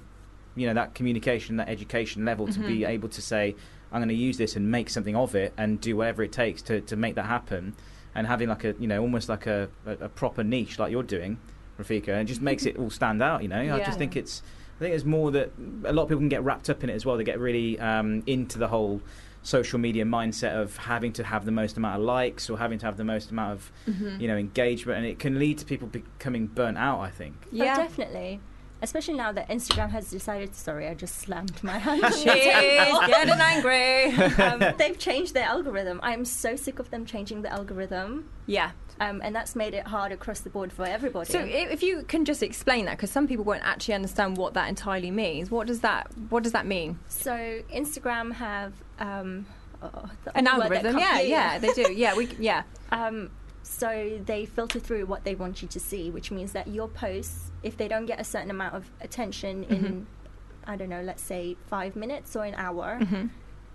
you know that communication that education level to be Mm-hmm. Mhm. able to say i'm going to use this and make something of it and do whatever it takes to, to make that happen and having like a you know almost like a, a, a proper niche like you're doing rafika and it just makes it all stand out you know i Yeah. just think it's i think it's more that a lot of people can get wrapped up in it as well they get really um, into the whole social media mindset of having to have the most amount of likes or having to have the most amount of Mhm. you know engagement and it can lead to people becoming burnt out i think yeah, Oh, definitely. Especially now that Instagram has decided. Sorry, I just slammed my hand. on the She's table. getting angry. um, they've changed their algorithm. I'm so sick of them changing the algorithm. Yeah. Um, and that's made it hard across the board for everybody. So i- if you can just explain that, because some people won't actually understand what that entirely means. What does that What does that mean? So Instagram have um, oh, the An word that algorithm, can't- yeah, yeah, they do. Yeah, we, yeah. Um, so they filter through what they want you to see, which means that your posts, if they don't get a certain amount of attention in, Mm-hmm. I don't know, let's say five minutes or an hour, Mhm.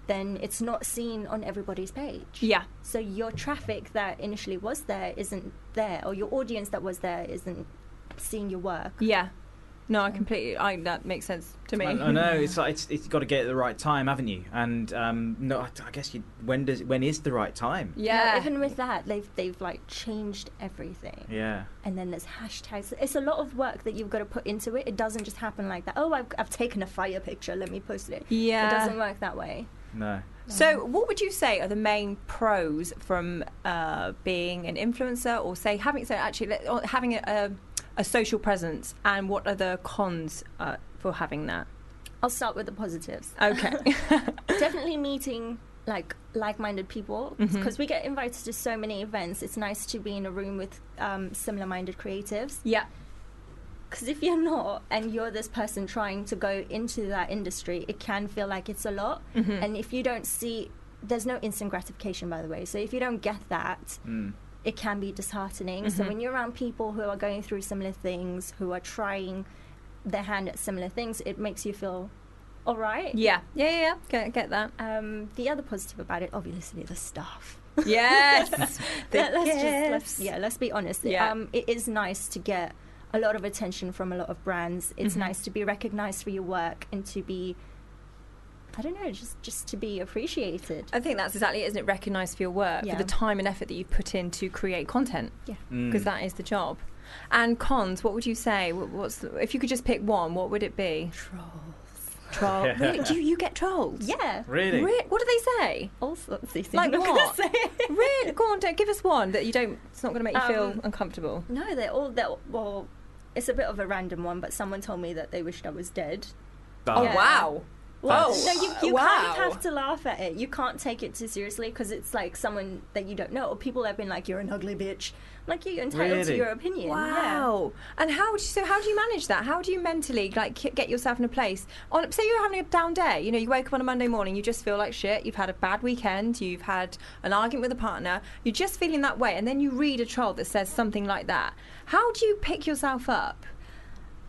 then it's not seen on everybody's page. Yeah. So your traffic that initially was there isn't there, or your audience that was there isn't seeing your work. Yeah. No, I completely. I, that makes sense to me. I, I know it's like it's, it's got to get it at the right time, haven't you? And um, no, I, I guess you, when does when is the right time? Yeah. even with that, they've they've like changed everything. Yeah. And then there's hashtags. It's a lot of work that you've got to put into it. It doesn't just happen like that. Oh, I've, I've taken a fire picture. Let me post it. Yeah. It doesn't work that way. No. So, what would you say are the main pros from uh, being an influencer, or say having so actually let- or having a, a, a social presence, and what are the cons uh, for having that? I'll start with the positives. Okay. Definitely meeting like like-minded people because Mhm. we get invited to so many events. It's nice to be in a room with um, similar-minded creatives. Yeah. Because if you're not, and you're this person trying to go into that industry, it can feel like it's a lot. Mm-hmm. Mm. Mhm. And if you don't see, there's no instant gratification, by the way. So if you don't get that, Mm. it can be disheartening. So Mm-hmm. Mhm. when you're around people who are going through similar things, who are trying their hand at similar things, it makes you feel all right. Yeah. yeah, yeah, yeah. Get, get that. Um, the other positive about it, oh. obviously, the staff. Yes. The Let, us just guests. let's, yeah, let's be honest. Yeah. Um, it is nice to get a lot of attention from a lot of brands. It's Mhm. nice to be recognized for your work and to be, I don't know, just just to be appreciated. I think that's exactly it, isn't it? Recognised for your work, Yeah. for the time and effort that you've put in to create content. Yeah. Mm. Because that is the job. And cons, what would you say? Wh- What's the, if you could just pick one? What would it be? Trolls. Troll. really? Do you, you get trolls? Yeah. Really? Re- what do they say? All sorts. Of Like I'm not gonna what? really? Go on, don't, give us one that you don't. It's not going to make you feel Um, uncomfortable. No, they're all they're well. It's a bit of a random one, but someone told me that they wished I was dead. Oh, wow. Well, That's- no, you, you wow. kind of have to laugh at it. You can't take it too seriously because it's like someone that you don't know, or people have been like, "You're an ugly bitch." I'm like you're entitled to Really? your opinion. Wow. And how would you, so how do you manage that? How do you mentally like ki- get yourself in a place? On say you're having a down day, you know, you wake up on a Monday morning, you just feel like shit, you've had a bad weekend, you've had an argument with a partner, you're just feeling that way and then you read a troll that says something like that. How do you pick yourself up? Yeah.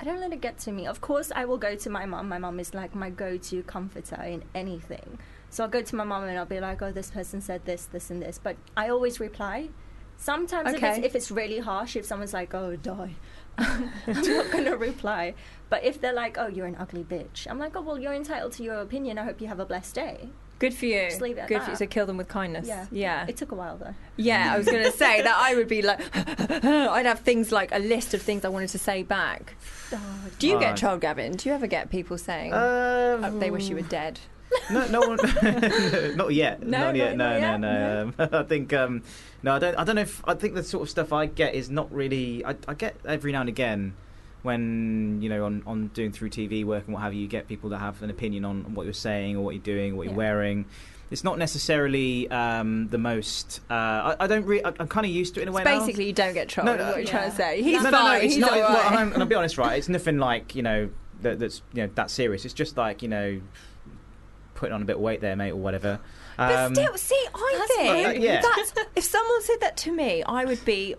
I don't let it get to me. Of course, I will go to my mum. My mum is like my go-to comforter in anything. So I'll go to my mum and I'll be like, "Oh, this person said this, this, and this," but I always reply. Sometimes if, Okay. it's, if it's really harsh, if someone's like, "Oh, die," I'm not gonna reply. But if they're like, "Oh, you're an ugly bitch," I'm like, "Oh, well, you're entitled to your opinion. I hope you have a blessed day." Good for you. Just leave it at Good for that. you. So kill them with kindness. Yeah. Yeah. It took a while though. Yeah, I was going to say that I would be like, I'd have things like a list of things I wanted to say back. Oh, Do you Right. get trolled, Gavin? Do you ever get people saying "Oh, uh, they wish you were dead? No, no one. not yet. No, not yet. not- No, not no, no. Um, I think um, no. I don't. I don't know if I think the sort of stuff I get is not really. I, I get every now and again when you know on, on doing through TV work and what have you, you get people that have an opinion on what you're saying or what you're doing, what you're Yeah. wearing. It's not necessarily um, the most. Uh, I, I don't. Re- I, I'm kind of used to it in a way. It's now. basically, you don't get trolled. No, is no, what you're yeah. trying to say? He's no, fine. no, no, it's he's not. all well, right. I'm- and I'll be honest, right? It's nothing like you know that, that's you know that serious. It's just like you know putting on a bit of weight there, mate, or whatever. But Um, still, see, I think fine. Yeah. that's, if someone said that to me, I would be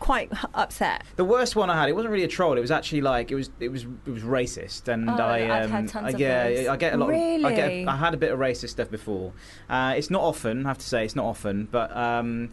quite h- upset. the worst one I had, it wasn't really a troll. It was actually like it was it was it was racist, and Oh, I I've um, had tons I- of yeah, those. I get a lot. Of, I, get a, Really? I had a bit of racist stuff before. Uh, it's not often, I have to say, it's not often, but. Um,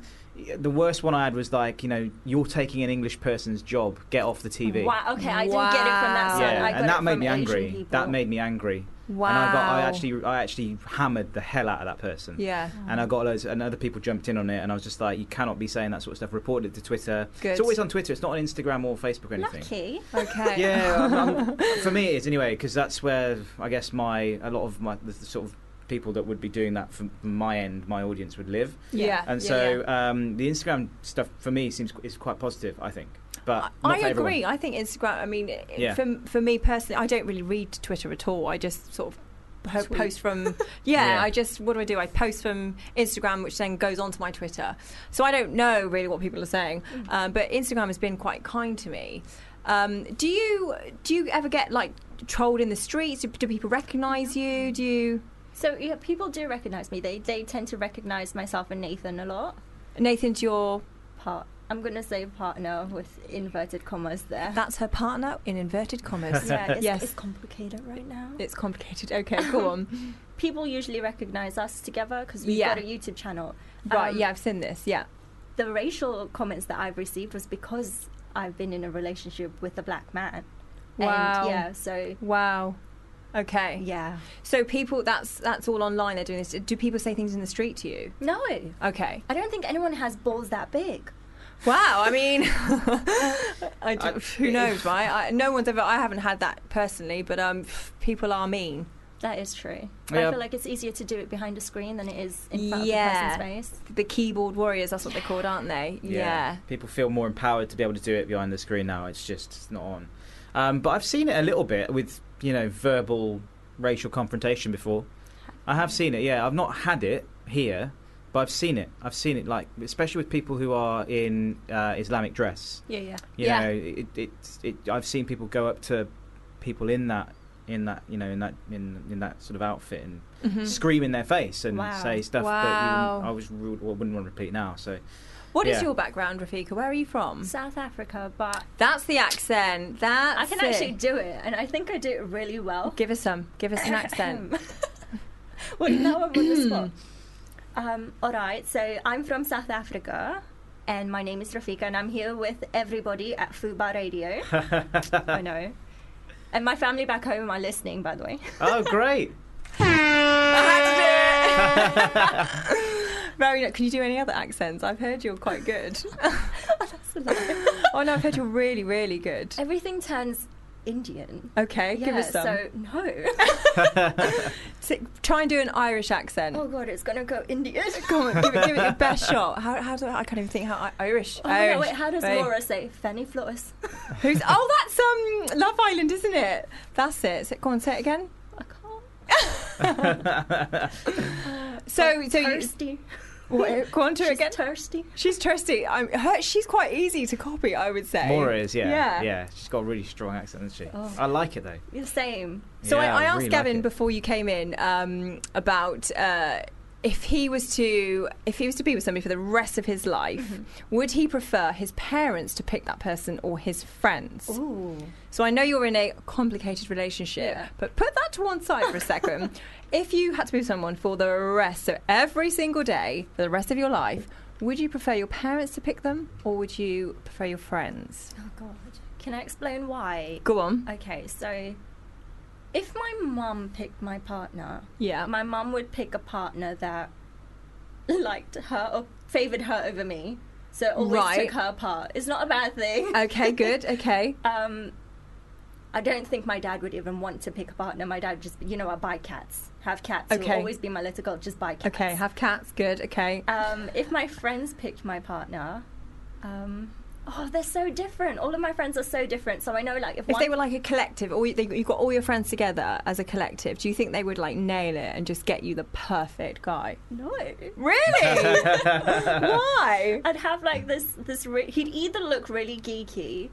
the worst one I had was like, you know, you're taking an English person's job. Get off the TV. Wow. Okay, I didn't get it from that side. Yeah, Um, I and got it that made from E me Asian angry. people. That made me angry. And I got, I Wow. actually, I actually hammered the hell out of that person. Yeah. And I got loads, and other people jumped in on it, and I was just like, you cannot be saying that sort of stuff. Report it to Twitter. Good. It's always on Twitter. It's not on Instagram or Facebook or anything. Okay. Okay. Yeah, I'm- I'm- for me it is anyway, because that's where I guess my a lot of my the sort of people that would be doing that from my end, my audience would live. Uh, Yeah. And Yeah, so Um, the Instagram stuff for me seems is quite positive. I think, but uh, not I for everyone. agree. I think Instagram. I mean, it- Yeah. for for me personally, I don't really read Twitter at all. I just sort of po- Sweet. post from. Yeah, Yeah. I just what do I do? I post from Instagram, which then goes onto my Twitter. So I don't know really what people are saying. Mm. Um, but Instagram has been quite kind to me. Um, do you do you ever get like trolled in the streets? Do, do people recognise you? Do you? So yeah, people do recognise me. They they tend to recognise myself and Nathan a lot. Nathan's your part. I'm gonna say partner with inverted commas there. That's her partner in inverted commas. yeah, it's, Uh, yes, it's complicated right now. it's complicated. Okay, go on. People usually recognise us together because we've Yeah. got a YouTube channel. Right, Um, yeah, I've seen this. Yeah. The racial comments that I've received was because I've been in a relationship with a black man. Wow. And yeah, so Wow. Okay. Yeah. So people, that's that's all online. They're doing this. Do people say things in the street to you? no. Okay. I don't think anyone has balls that big. Wow. I mean, I d- who knows, right? I, no one's ever. I haven't had that personally, but um, people are mean. That is true. Yeah. I feel like it's easier to do it behind a screen than it is in front Yeah. of the person's face. The keyboard warriors. That's what they're called, aren't they? People feel more empowered to be able to do it behind the screen now. It's just it's not on. Um, but I've seen it a little bit with you know verbal racial confrontation before. I have seen it. Yeah, I've not had it here, but I've seen it. I've seen it like especially with people who are in uh, Islamic dress. Yeah, yeah. You Yeah. know, it, it's it. I've seen people go up to people in that in that you know in that in in that sort of outfit and Mhm. scream in their face and Wow. say stuff that you Wow. wouldn't- I was rude, well, wouldn't want to repeat now. So. What is yeah. your background, Rafika? Where are you from? South Africa, but That's the accent. That I can actually do it, and I think I do it really well. Give us some. Give us an accent. well, now I'm on the spot. Um, all right, so I'm from South Africa, and my name is Rafika, and I'm here with everybody at Fuba Radio. I know. And my family back home are listening, by the way. Oh, great. Very. Can you do any other accents? I've heard you're quite good. oh no, I've heard you're really, really good. Everything turns Indian. Okay, give Yeah, us some. So, no. Si- try and do an Irish accent. Oh god, it's gonna go Indian. Come on, give it, give it your best shot. How, how do I, I can't even think how I- Irish. Oh, Irish. no, wait, how does Wait. Laura say? Fanny Flores. Who's? Oh, that's um Love Island, isn't it? That's it. So, go on, say it again. I can't. so, so thirsty. You, what, go on to it She's again. thirsty. She's thirsty. I'm. Her, she's quite easy to copy, I would say. Mora is, yeah, Yeah. yeah. She's got a really strong accent, doesn't she? Oh. I like it though. The same. So Yeah, I, I I asked really like Gavin it. before you came in um, about uh, if he was to if he was to be with somebody for the rest of his life, Mm-hmm. would he prefer his parents to pick that person or his friends? Ooh. So I know you're in a complicated relationship, Yeah. but put that to one side for a second. if you had to be with someone for the rest, so every single day for the rest of your life, would you prefer your parents to pick them or would you prefer your friends? Oh god. Can I explain why? Go on. Okay, so if my mum picked my partner, Yeah. my mum would pick a partner that liked her or favoured her over me. So it always Right. took her part. It's not a bad thing. Okay, good. Okay. Um, I don't think my dad would even want to pick a partner. My dad would just, you know, I buy cats, have cats. It Okay. will always be my little girl. Just buy cats. Okay, have cats, good. Okay. Um, if my friends picked my partner, um, oh, they're so different. All of my friends are so different. So I know, like, if, If one, they were like a collective, or you, they, you got all your friends together as a collective, do you think they would like nail it and just get you the perfect guy? no, Really? Why? I'd have like this. This re- he'd either look really geeky,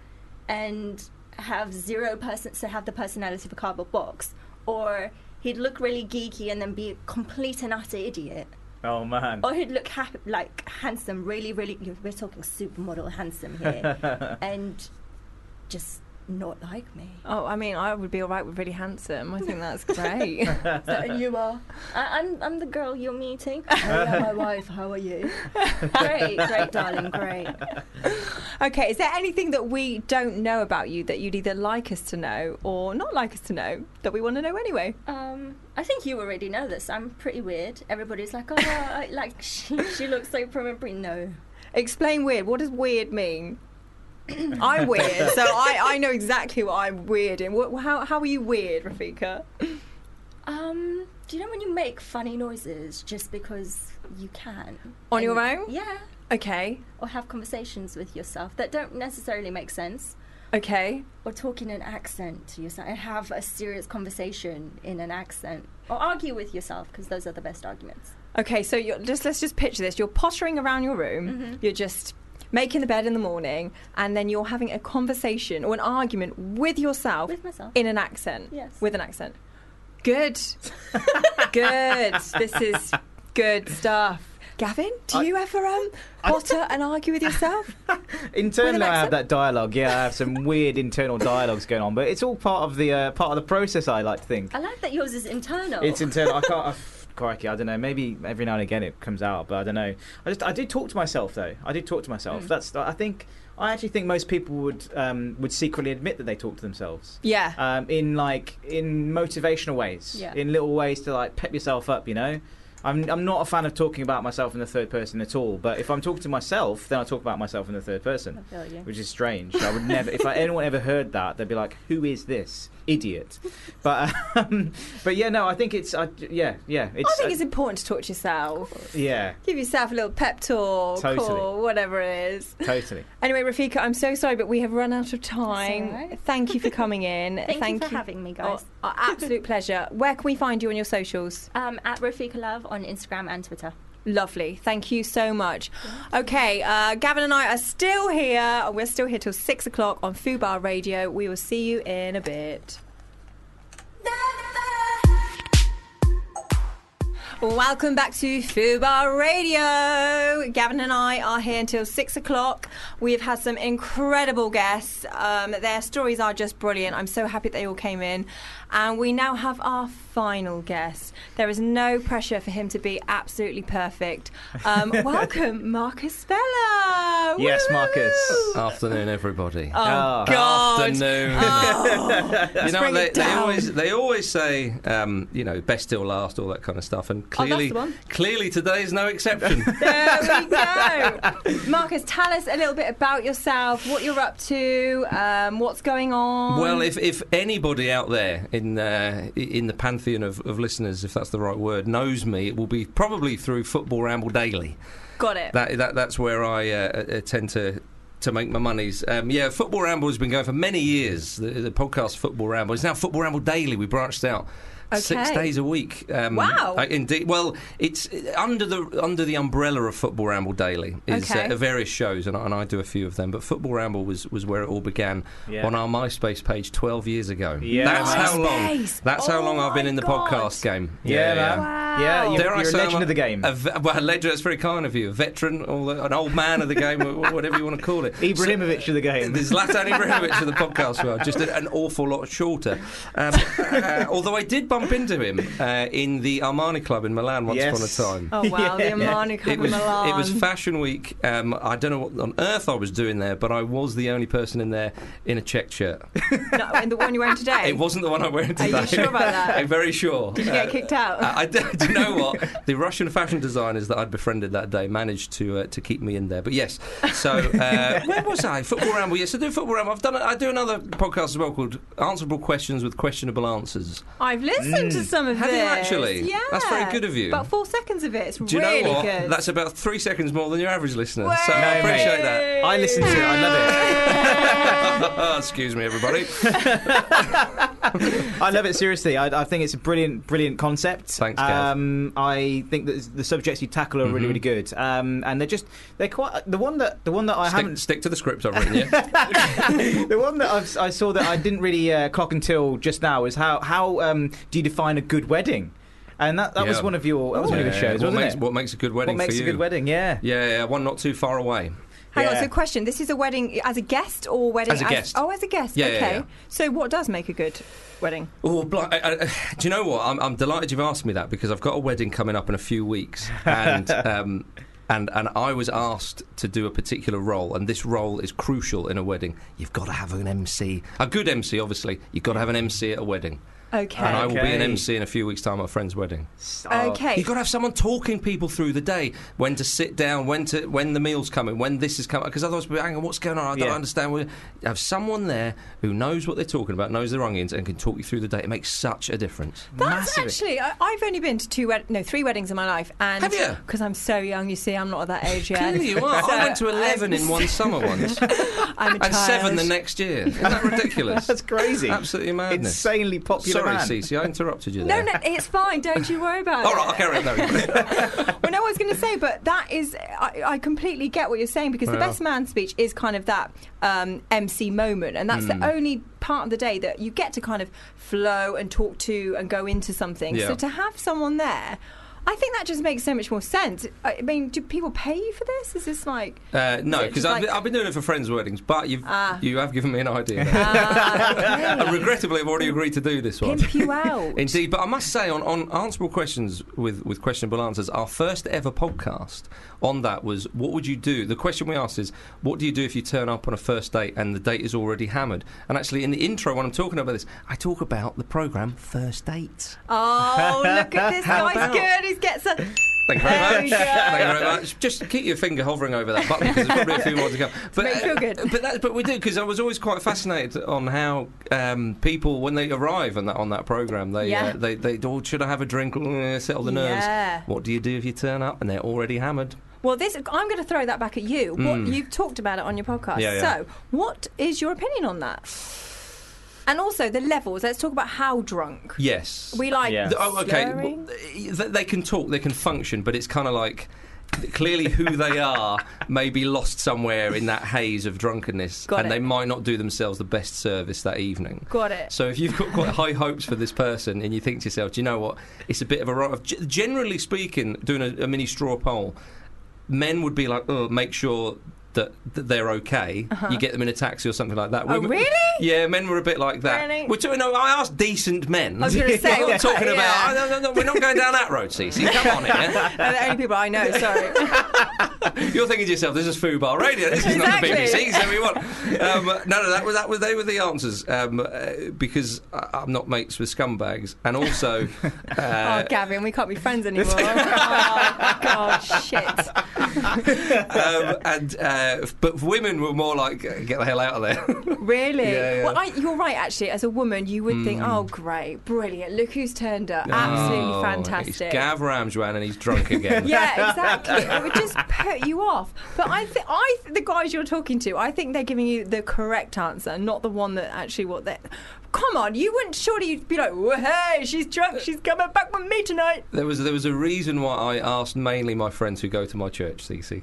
and have zero person, so have the personality of a cardboard box, or he'd look really geeky and then be a complete and utter idiot. Oh man. Or he'd look ha- like handsome, really, really. you- We're talking supermodel handsome here, and just not like me. Oh, I mean, I would be all right with really handsome. I think that's great. So, and you are. I, I'm, I'm the girl you're meeting. Oh, yeah, my wife. How are you? great, great, darling. Great. okay, is there anything that we don't know about you that you'd either like us to know or not like us to know that we want to know anyway? Um, I think you already know this. I'm pretty weird. Everybody's like, oh, I, like she, she looks so probably no. Explain weird. What does weird mean? I'm weird, so I, I know exactly what I'm weird in. What, how, how are you weird, Rafika? Um, do you know when you make funny noises just because you can? On your own? Yeah. Okay, Or have conversations with yourself that don't necessarily make sense. okay. Or talk in an accent to yourself and have a serious conversation in an accent. Or argue with yourself because those are the best arguments. Okay, so you're just let's just picture this. You're pottering around your room. Mm-hmm. You're just making the bed in the morning, and then you're having a conversation or an argument with yourself With myself. in an accent. Yes. with an accent. Good, good. This is good stuff. Gavin, do you ever um potter and argue with yourself? Internally, I have that dialogue. Yeah, I have some weird internal dialogues going on, but it's all part of the uh, part of the process. I like to think Oh. I like that yours is internal. it's internal. I can't. I crikey, I don't know. Maybe every now and again it comes out, but I don't know. I just I do talk to myself though. I do talk to myself. Mm. That's I think I actually think most people would um, would secretly admit that they talk to themselves. Yeah. Um, in like in motivational ways. Yeah. In little ways to like pep yourself up. You know. I'm, I'm not a fan of talking about myself in the third person at all, but if I'm talking to myself, then I talk about myself in the third person, I feel you. which is strange. I would never, if I, anyone ever heard that, they'd be like, "Who is this idiot?" But um, but yeah, no, I think it's I, yeah yeah it's I think uh, it's important to talk to yourself. yeah Give yourself a little pep talk Totally. or whatever it is. totally. Anyway, Rafika, I'm so sorry, but we have run out of time. Thank you for coming in. Thank you for having me, guys. Oh, oh, absolute pleasure. Where can we find you on your socials? Um, at Rafika Love on Instagram and Twitter. Lovely. Thank you so much. Okay, uh, Gavin and I are still here. We're still here till six o'clock on Fubar Radio. We will see you in a bit. Welcome back to Fubar Radio. Gavin and I are here until six o'clock. We have had some incredible guests. Um, their stories are just brilliant. I'm so happy they all came in. And we now have our final guest. There is no pressure for him to be absolutely perfect. Um, welcome, Marcus Speller. Yes, Marcus. Afternoon, everybody. Ah. Oh, God. Afternoon. Oh. you know, what, Bring they, it they down. always they always say, um, you know, best till last, all that kind of stuff, and clearly, Oh, the one. clearly today is no exception. There we go. Marcus, tell us a little bit about yourself, what you're up to, um, what's going on. Well, if, if anybody out there in uh, i- in the pantheon of, of listeners, if that's the right word, knows me, it will be probably through Football Ramble Daily. Got it. That, that that's where I uh, uh, tend to to make my monies. Um, yeah, Football Ramble has been going for many years. The, the podcast Football Ramble is now Football Ramble Daily. We branched out. Six Okay. days a week. Um, Wow. I- indeed. Well, it's uh, under the under the umbrella of Football Ramble Daily is Okay. uh, various shows, and, I- and I do a few of them. But Football Ramble was, was where it all began Yeah. on our MySpace page twelve years ago. Yeah. That's how long. MySpace. That's how Oh long I've been in the podcast game. Yeah, man. Yeah, you're- Dare I you're a say I'm legend of the game. a ve- well, a legend. That's very kind of you. A veteran, or the- an old man of the game, or wh- whatever you want to call it. Ibrahimovic of the game. There's Zlatan Ibrahimovic of the podcast world. Just a- an awful lot shorter. Um, uh, although I did bump into him uh, in the Armani Club in Milan once Yes. upon a time. Oh, wow, the Yeah. Armani Club it in was, Milan. It was Fashion Week. Um, I don't know what on earth I was doing there, but I was the only person in there in a check shirt. No, and the one you're wearing today. It wasn't the one I wear today. you sure about that? I'm very sure. Did you get Uh, kicked out? I, I do, do you know what? The Russian fashion designers that I'd befriended that day managed to uh, to keep me in there. But yes, so uh, where was I? Football ramble. Yes, I do football ramble. I've done. a- I do another podcast as well called Answerable Questions with Questionable Answers. I've listened to Mm. some of Have you this. actually? Yeah. That's very good of you. About four seconds of it. It's Do you really know what? good. That's about three seconds more than your average listener. So I appreciate that. I listen to it. I love Excuse me, everybody. it. I love it seriously. I, I think it's a brilliant, brilliant concept. Thanks, Gav. um, I think that the subjects you tackle are really, Mhm. really good. Um, and they're just they're quite the one that the one that I haven't Stick, stick to the script I've written. Yeah. the one that I've, I saw that I didn't really uh, clock until just now is how how um, do you define a good wedding? And that, that was Yeah. one of your that was one of your Yeah. shows, What wasn't makes, it? What makes a good wedding? makes for a you? good wedding? Yeah. Yeah, yeah, one not too far away. Hang on, so question. This is a wedding as a guest or wedding As a guest. oh, as a guest. Yeah, yeah, okay. yeah. So what does make a good wedding? Oh, bl- I, I, do you know what? I'm, I'm delighted you've asked me that because I've got a wedding coming up in a few weeks, and um, and and I was asked to do a particular role, and this role is crucial in a wedding. You've got to have an MC, a good MC, obviously. You've got to have an MC at a wedding. Okay. And I will be an Okay. MC in a few weeks' time at a friend's wedding. Okay. You've got to have someone talking people through the day when to sit down, when to when the meal's coming, when this is coming. Because otherwise, people, hang on, what's going on? Oh, I don't Yeah. understand. We have someone there who knows what they're talking about, knows their onions, and can talk you through the day. It makes such a difference. That's actually. I, I've only been to two, wed- no, three weddings in my life, and Have you? Because I'm so young, you see, I'm not at that age yet. Clearly you are. I went to So, eleven in one summer once, I'm a and seven child. the next year. Isn't that ridiculous? That's crazy. Absolutely madness. Insanely popular Sorry, man. Cece, I interrupted you No, there. no, it's fine. Don't you worry about it. All right, I'll carry on. No, well, no, I was going to say, but that is, I, I completely get what you're saying because the Yeah. best man speech is kind of that um, MC moment, and that's Mm. the only part of the day that you get to kind of flow and talk to and go into something. Yeah. So to have someone there, I think that just makes so much more sense. I I mean, do people pay you for this? Is this like? Uh, no, Is it because just I've, like- I've been doing it for friends' weddings, but you've, Ah. you have given me an idea. and regrettably, I've already agreed to do this one. Pimp you out. Indeed, but I must say, on, on answerable questions with with questionable answers. Our first ever podcast on that was what would you do? The question we asked is what do you do if you turn up on a first date and the date is already hammered? And actually, in the intro, when I'm talking about this, I talk about the program First Dates. Oh, look at this How guy's about- good. He gets a. Thank you very much. There we go. Thank you very much. Just keep your finger hovering over that button because there's probably a few more to come. But uh, make you feel good. but that, but we do because I was always quite fascinated on how um, people when they arrive on that on that program they Yeah. uh, they they all should I have a drink Eh, settle the nerves. Yeah. What do you do if you turn up and they're already hammered? Well, this I'm going to throw that back at you. What Mm. you've talked about it on your podcast. Yeah, yeah. So, what is your opinion on that? And also the levels. Let's talk about how drunk. Yes. We like Th- Oh, okay. slurring. Well, th- they can talk, they can function, but it's kind of like clearly who they are may be lost somewhere in that haze of drunkenness, Got and it. they might not do themselves the best service that evening. Got it. So if you've got quite high hopes for this person, and you think to yourself, do you know what? It's a bit of a write-off. G- generally speaking, doing a, a mini straw poll, men would be like, oh, make sure. That, that they're okay. Uh-huh. You get them in a taxi or something like that. Oh, really? Yeah, men were a bit like that. Really? We're talking. No, I asked decent men. I was gonna say, we're not talking yeah. about. No, no, no, we're not going down that road, Cece. Come on here. They're the only people I know. Sorry. You're thinking to yourself, this is Fubar Radio. This is Exactly. not the BBC. So we want. Um, no, no, that was that was they were the answers um, uh, because I, I'm not mates with scumbags, and also. Uh, oh, Gavin, we can't be friends anymore. oh, God, shit. um, and uh, f- but women were more like uh, get the hell out of there. Really? Yeah, yeah. Well, I, you're right, actually. As a woman, you would think, Mm. oh, great, brilliant. Look who's turned up. Absolutely Oh, It's fantastic. Gav Ramjoan and he's drunk again. yeah, exactly. It would just put you off. But I think I th- the guys you're talking to, I think they're giving you the correct answer, not the one that actually what they. Come on, you wouldn't surely you'd be like, "Whoa, hey, she's drunk, she's coming back with me tonight. There was there was a reason why I asked mainly my friends who go to my church, CC.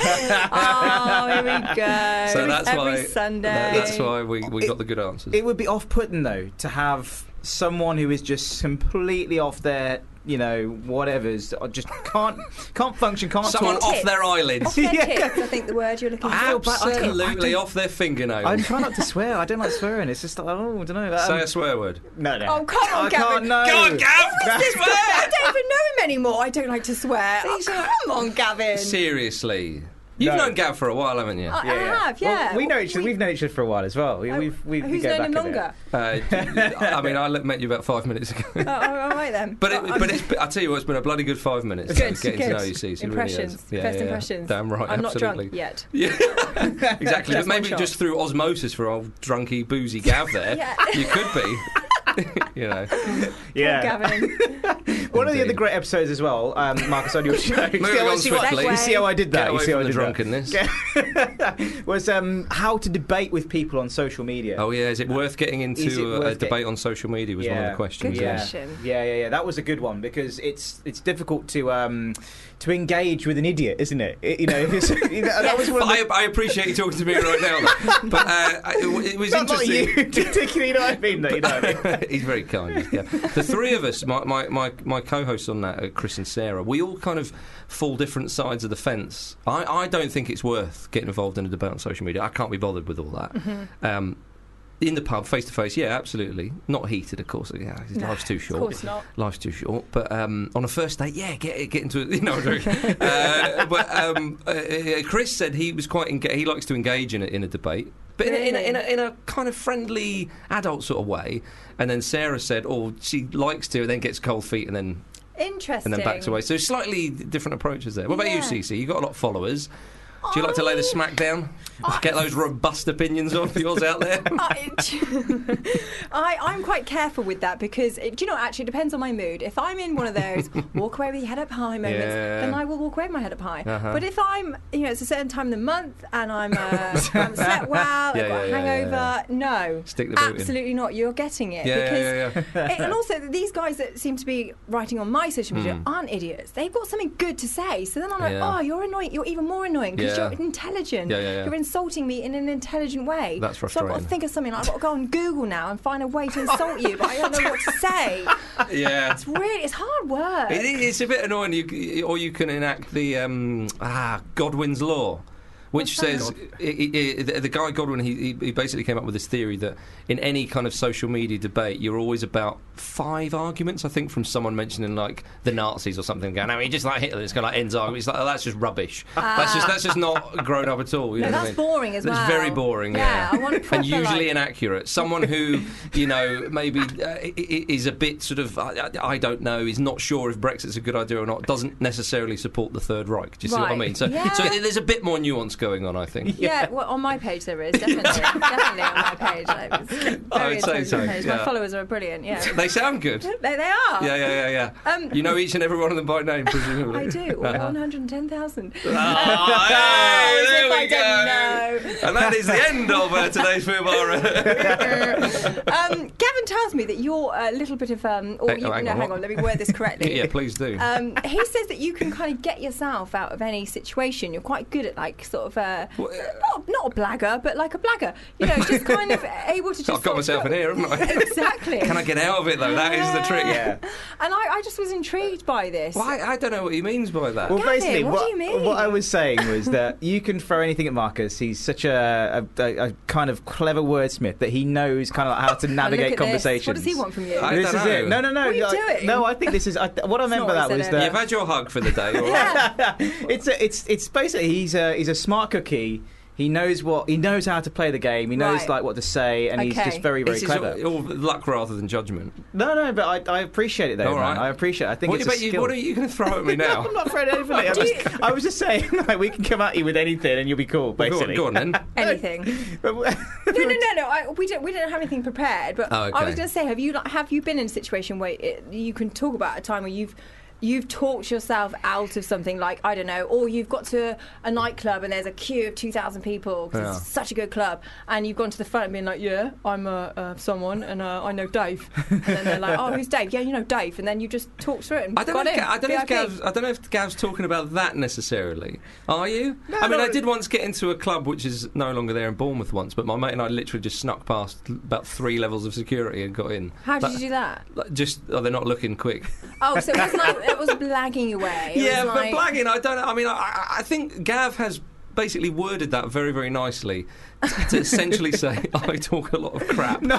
Oh, here we go. so that's Every why Sunday. That's why we, we It- got the good answers. It would be off-putting though to have someone who is just completely off their, you know, whatever's or just can't can't function, can't Someone talk. off their eyelids. Off their tits, I think the word you're looking for. Ah, Absolutely off their I fingernails. try not to swear. I don't like swearing. It's just like, oh, I don't know. Say a swear word. No, no. Oh, come on, I Gavin. can't, no. Go on, Gav. I don't even know him anymore. I don't like to swear. Oh, come on, Gavin. Seriously. You've known Gav for a while, haven't you? I have, yeah. Oh, Well, we know each other. We've known each other for a while as well. We, we've, we, we Who's go known back him a bit. longer? Uh, I mean, I met you about five minutes ago. oh, all all right then. But it, but it's, I tell you what, it's been a bloody good five minutes. Good, so getting good. to know you, Cece. Really impressions. is. Yeah, yeah, First yeah. impressions. Damn right, I'm absolutely. not drunk yet. Yeah, exactly. but That's my maybe shot. just through osmosis for old drunky boozy Gav there, Yeah. you could be. you know, Yeah. Gavin. One of the other great episodes as well, um, Marcus, on your show. you, see how, on you see what- swiftly. you see how I did that? Get away you see how from I the did that? drunkenness. Was um, how to debate with people on social media. Oh yeah, is it worth getting Is it into a, a worth debate on social media? Was one of the questions. Good yeah. yes. question. Yeah, yeah, yeah. That was a good one because it's it's difficult to um, to engage with an idiot, isn't it? It- you know, it's- you know, that was one But of the. I, I appreciate you talking to me right now, though. but uh, I- it, w- it was Not, not interesting. you, particularly. You know what I mean? Though, you know what I mean? He's very kind. Yeah. The three of us, my, my, my, my co-hosts on that, uh, Chris and Sarah, we all kind of fall different sides of the fence. I, I don't think it's worth getting involved in a debate on social media. I can't be bothered with all that. Mm-hmm. Um, in the pub, face to face, yeah, absolutely. Not heated, of course. Yeah, No, life's too short. Of course not. Life's too short, but um, on a first date, yeah, get get into it. You know, uh, but um, uh, uh, Chris said he was quite enga- he likes to engage in a, in a debate, but in, a, in, a, in, a, in a kind of friendly adult sort of way. And then Sarah said, "Oh, she likes to," and then gets cold feet, and then Interesting. and then backs away. So slightly different approaches there. What about you, Yeah. Cece? You got a lot of followers. Do you like to lay the smack down? Get those robust opinions of yours out there. I, I, I'm quite careful with that because, it, do you know, what, actually it depends on my mood. If I'm in one of those walk away with your head up high moments, Yeah. then I will walk away with my head up high. Uh-huh. But if I'm, you know, it's a certain time of the month and I'm, uh, I haven't slept well, Yeah, I've got yeah, a yeah, yeah, hangover, no. Stick the boot in. Absolutely not. You're getting it. Yeah, yeah, because yeah, yeah. It- and also, these guys that seem to be writing on my social media Mm. aren't idiots. They've got something good to say. So then I'm like, Yeah. oh, you're annoying. You're even more annoying because Yeah. you're intelligent. Yeah, yeah, yeah. You're insulting me in an intelligent way. That's So I've got frustrating. to think of something. I've got to go on Google now and find a way to insult you, but I don't know what to say. Yeah. It's really, it's hard work. It, it's a bit annoying, you, c- or you can enact the um, ah Godwin's law, which says i i i the, the guy Godwin. He, he- he basically came up with this theory that in any kind of social media debate, you're always about five arguments. I think from someone mentioning like the Nazis or something, going, "I mean, just like Hitler." It's kind of like ends argument. It's like oh, that's just rubbish. That's just that's just not grown up at all. You No, know what I that's mean? boring as well. It's very boring. Yeah, Yeah, I want proper, and usually like- inaccurate. Someone who you know maybe uh, i- i- is a bit sort of I, I- I don't know is not sure if Brexit's a good idea or not. Doesn't necessarily support the Third Reich. Do you see what I Right. mean? So, Yeah. so there's a bit more nuance going on. I think. Yeah, well, on my page there is definitely, definitely on my page. Like, it's a I very would say Oh, intelligent so, page. My yeah. followers are brilliant. Yeah, They sound good. they, they are. Yeah, yeah, yeah, yeah. Um, you know each and every one of them by name, presumably. I do. Uh-huh. One hundred ten thousand. Oh, hey, there we go. And that is the end of uh, today's Food uh, Um, Gavin tells me that you're a little bit of um. Or Hey, you, oh, hang no, on, hang what? on. Let me word this correctly. yeah, please do. Um, he says that you can kind of get yourself out of any situation. You're quite good at like sort of uh, not not a blagger, but like a blagger. You know, just kind of able to just. I've got myself in here, haven't I? Exactly. Can I get out of it though? That is the trick. Yeah. And I, I just was intrigued by this. Why? I don't know what he means by that. Well, Gavin, basically, what do you mean? what I was saying was that you can throw anything at Marcus. He's such a, a, a, a kind of clever wordsmith that he knows kind of how to Oh, look navigate at This. conversations. What does he want from you? this is it. No, no, no. What are you like- doing? No, I think this is. I, what I meant by what that I said was earlier. that You've had your hug for the day. all right? it's a, it's it's basically he's a he's a smart cookie. He knows what he knows how to play the game. He knows Right. like what to say, and he's Okay. just very very This is clever. all, all luck rather than judgment. No, no, but I, I appreciate it though. All man. right. I appreciate. it. I think What it's about a you- skill. what are you gonna throw at me No, now? I'm not throwing anything. at you. I, Do was, you- I was just saying like we can come at you with anything and you'll be cool. Well, go on- Basically, go on then. Anything? no, no, no, no. I, we don't. We don't have anything prepared. But Oh, okay. I was going to say, have you like, have you been in a situation where it, you can talk about a time where you've you've talked yourself out of something like I don't know, or you've got to a nightclub and there's a queue of two thousand people because Yeah. it's such a good club, and you've gone to the front and been like, yeah, I'm uh, uh, someone, and uh, I know Dave, and then they're like, oh, who's Dave? Yeah, you know Dave, and then you just talk through it. And I don't, got know if, in, Ga- I, don't know if VIP. Gav's, I don't know if Gav's talking about that necessarily. Are you? No, I mean, no. I did once get into a club which is no longer there in Bournemouth once, but my mate and I literally just snuck past l- about three levels of security and got in. How did Like- you do that? like, Just, oh, they're not looking quick. Oh, so it was like it was blagging away. It yeah, was but like- blagging, I don't know. I mean, I- I, I think Gav has basically worded that very, very nicely t- to essentially say, I talk a lot of crap. Oh, and,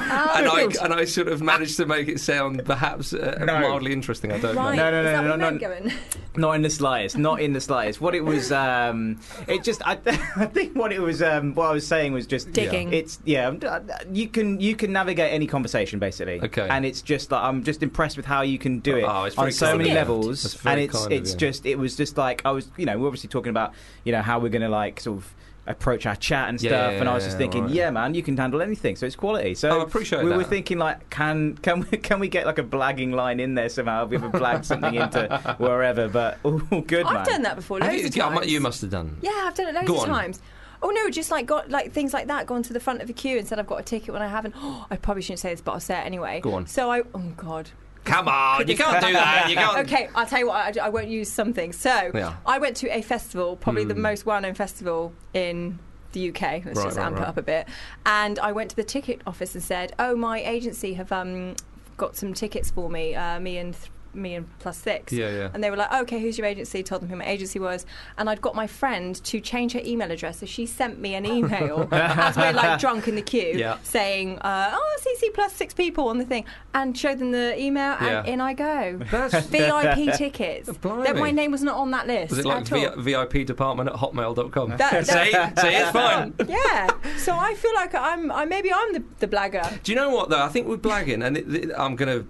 I, and I sort of managed to make it sound perhaps uh, No. mildly interesting. I don't Right. know. No, no, Is no, that no, what no, you no. meant, Gavin? Not in the slightest. Not in the slightest. What it was, um, it just. I, I think what it was. Um, what I was saying was just Digging. It's yeah. uh, You can you can navigate any conversation basically. Okay. And it's just like I'm just impressed with how you can do it Oh, it's on very so kind many of you. That's levels. very And it's kind of it's you. just it was just like I was you know we're obviously talking about you know how we're gonna like sort of approach our chat and Yeah, stuff. yeah, and I was yeah, just thinking, right. yeah, man, you can handle anything. So it's quality. So Oh, I appreciate we were that. thinking like, can can we, can we get like a blagging line in there somehow? If we ever blag something into wherever, but all good. I've man. done that before. Have Loads you, of yeah, I mu- times. you must have done. Yeah, I've done it loads Go of on. times. Oh no, just like got like things like that. Gone to the front of the queue and said I've got a ticket when I haven't. I probably shouldn't say this, but I'll say it anyway. Go on. So I. Oh God. Come on, you can't do that. You can't. Okay, I'll tell you what. I, I won't use something. So Yeah. I went to a festival, probably the Hmm. most well-known festival in the UK. Let's Right, just right, amp it right. up a bit. And I went to the ticket office and said, "Oh, my agency have um, got some tickets for me. Uh, me and." Th- me and plus six. Yeah, yeah. And they were like, okay, who's your agency? Told them who my agency was. And I'd got my friend to change her email address. So she sent me an email as we're like drunk in the queue Yeah. saying, uh, oh, CC plus six people on the thing. And showed them the email and Yeah. in I go. That's- VIP tickets. Blimey. That my name was not on that list. Was it like at all. v- VIP department at hotmail.com? That- see, that- see, it's fine. yeah. So I feel like I'm. I maybe I'm the, the blagger. Do you know what though? I think we're blagging, and it, it, I'm gonna.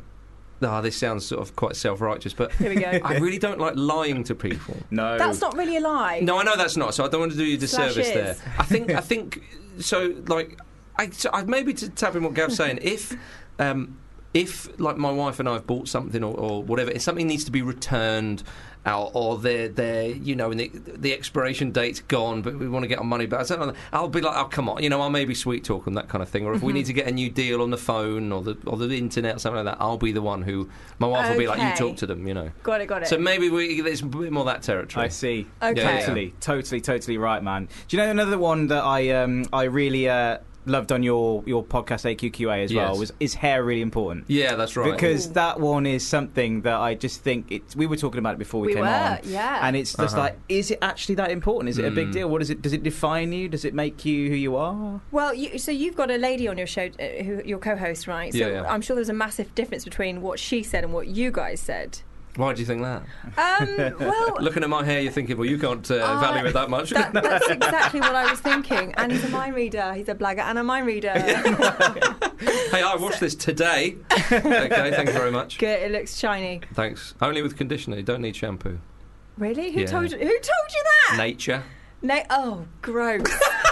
Ah, this sounds sort of quite self-righteous, but Here we go. I really don't like lying to people. No, That's not really a lie. No, I know that's not. So I don't want to do you a Slash disservice there. is. I think. I think. So like, I, so I maybe to tap in what Gav's saying. If, um, if like my wife and I have bought something or, or whatever, if something needs to be returned. Or, or they're, they're, you know, and the, the expiration date's gone, but we want to get our money back. I don't know. I'll be like, oh, come on, you know, I'll maybe sweet talk them, that kind of thing. Or if we Mhm. need to get a new deal on the phone or the or the internet or something like that, I'll be the one who, my wife will be like, you Okay. talk to them, you know. Got it. Got it. So maybe we, it's a bit more that territory. I see. Okay. Yeah, yeah. Totally, totally, totally right, man. Do you know another one that I um I really uh loved on your your podcast AQQA as well Yes. was is hair really important? Yeah, that's right. Because that one is something that I just think it's. We were talking about it before we, We came were, on, yeah. And it's just Uh-huh. like, is it actually that important? Is it a big Mm. deal? What is it? Does it define you? Does it make you who you are? Well, you, so you've got a lady on your show, uh, who, your co-host, right? So Yeah, yeah. I'm sure there's a massive difference between what she said and what you guys said. Why do you think that? Um, well, Looking at my hair, you're thinking, well, you can't uh, value it that much. that's exactly what I was thinking. And he's a mind reader. He's a blagger and a mind reader. hey, I watched this today. okay, thank you very much. Good, it looks shiny. Thanks. Only with conditioner. You don't need shampoo. Really? Who Yeah. told you? Who told you that? Nature. Na- oh, gross.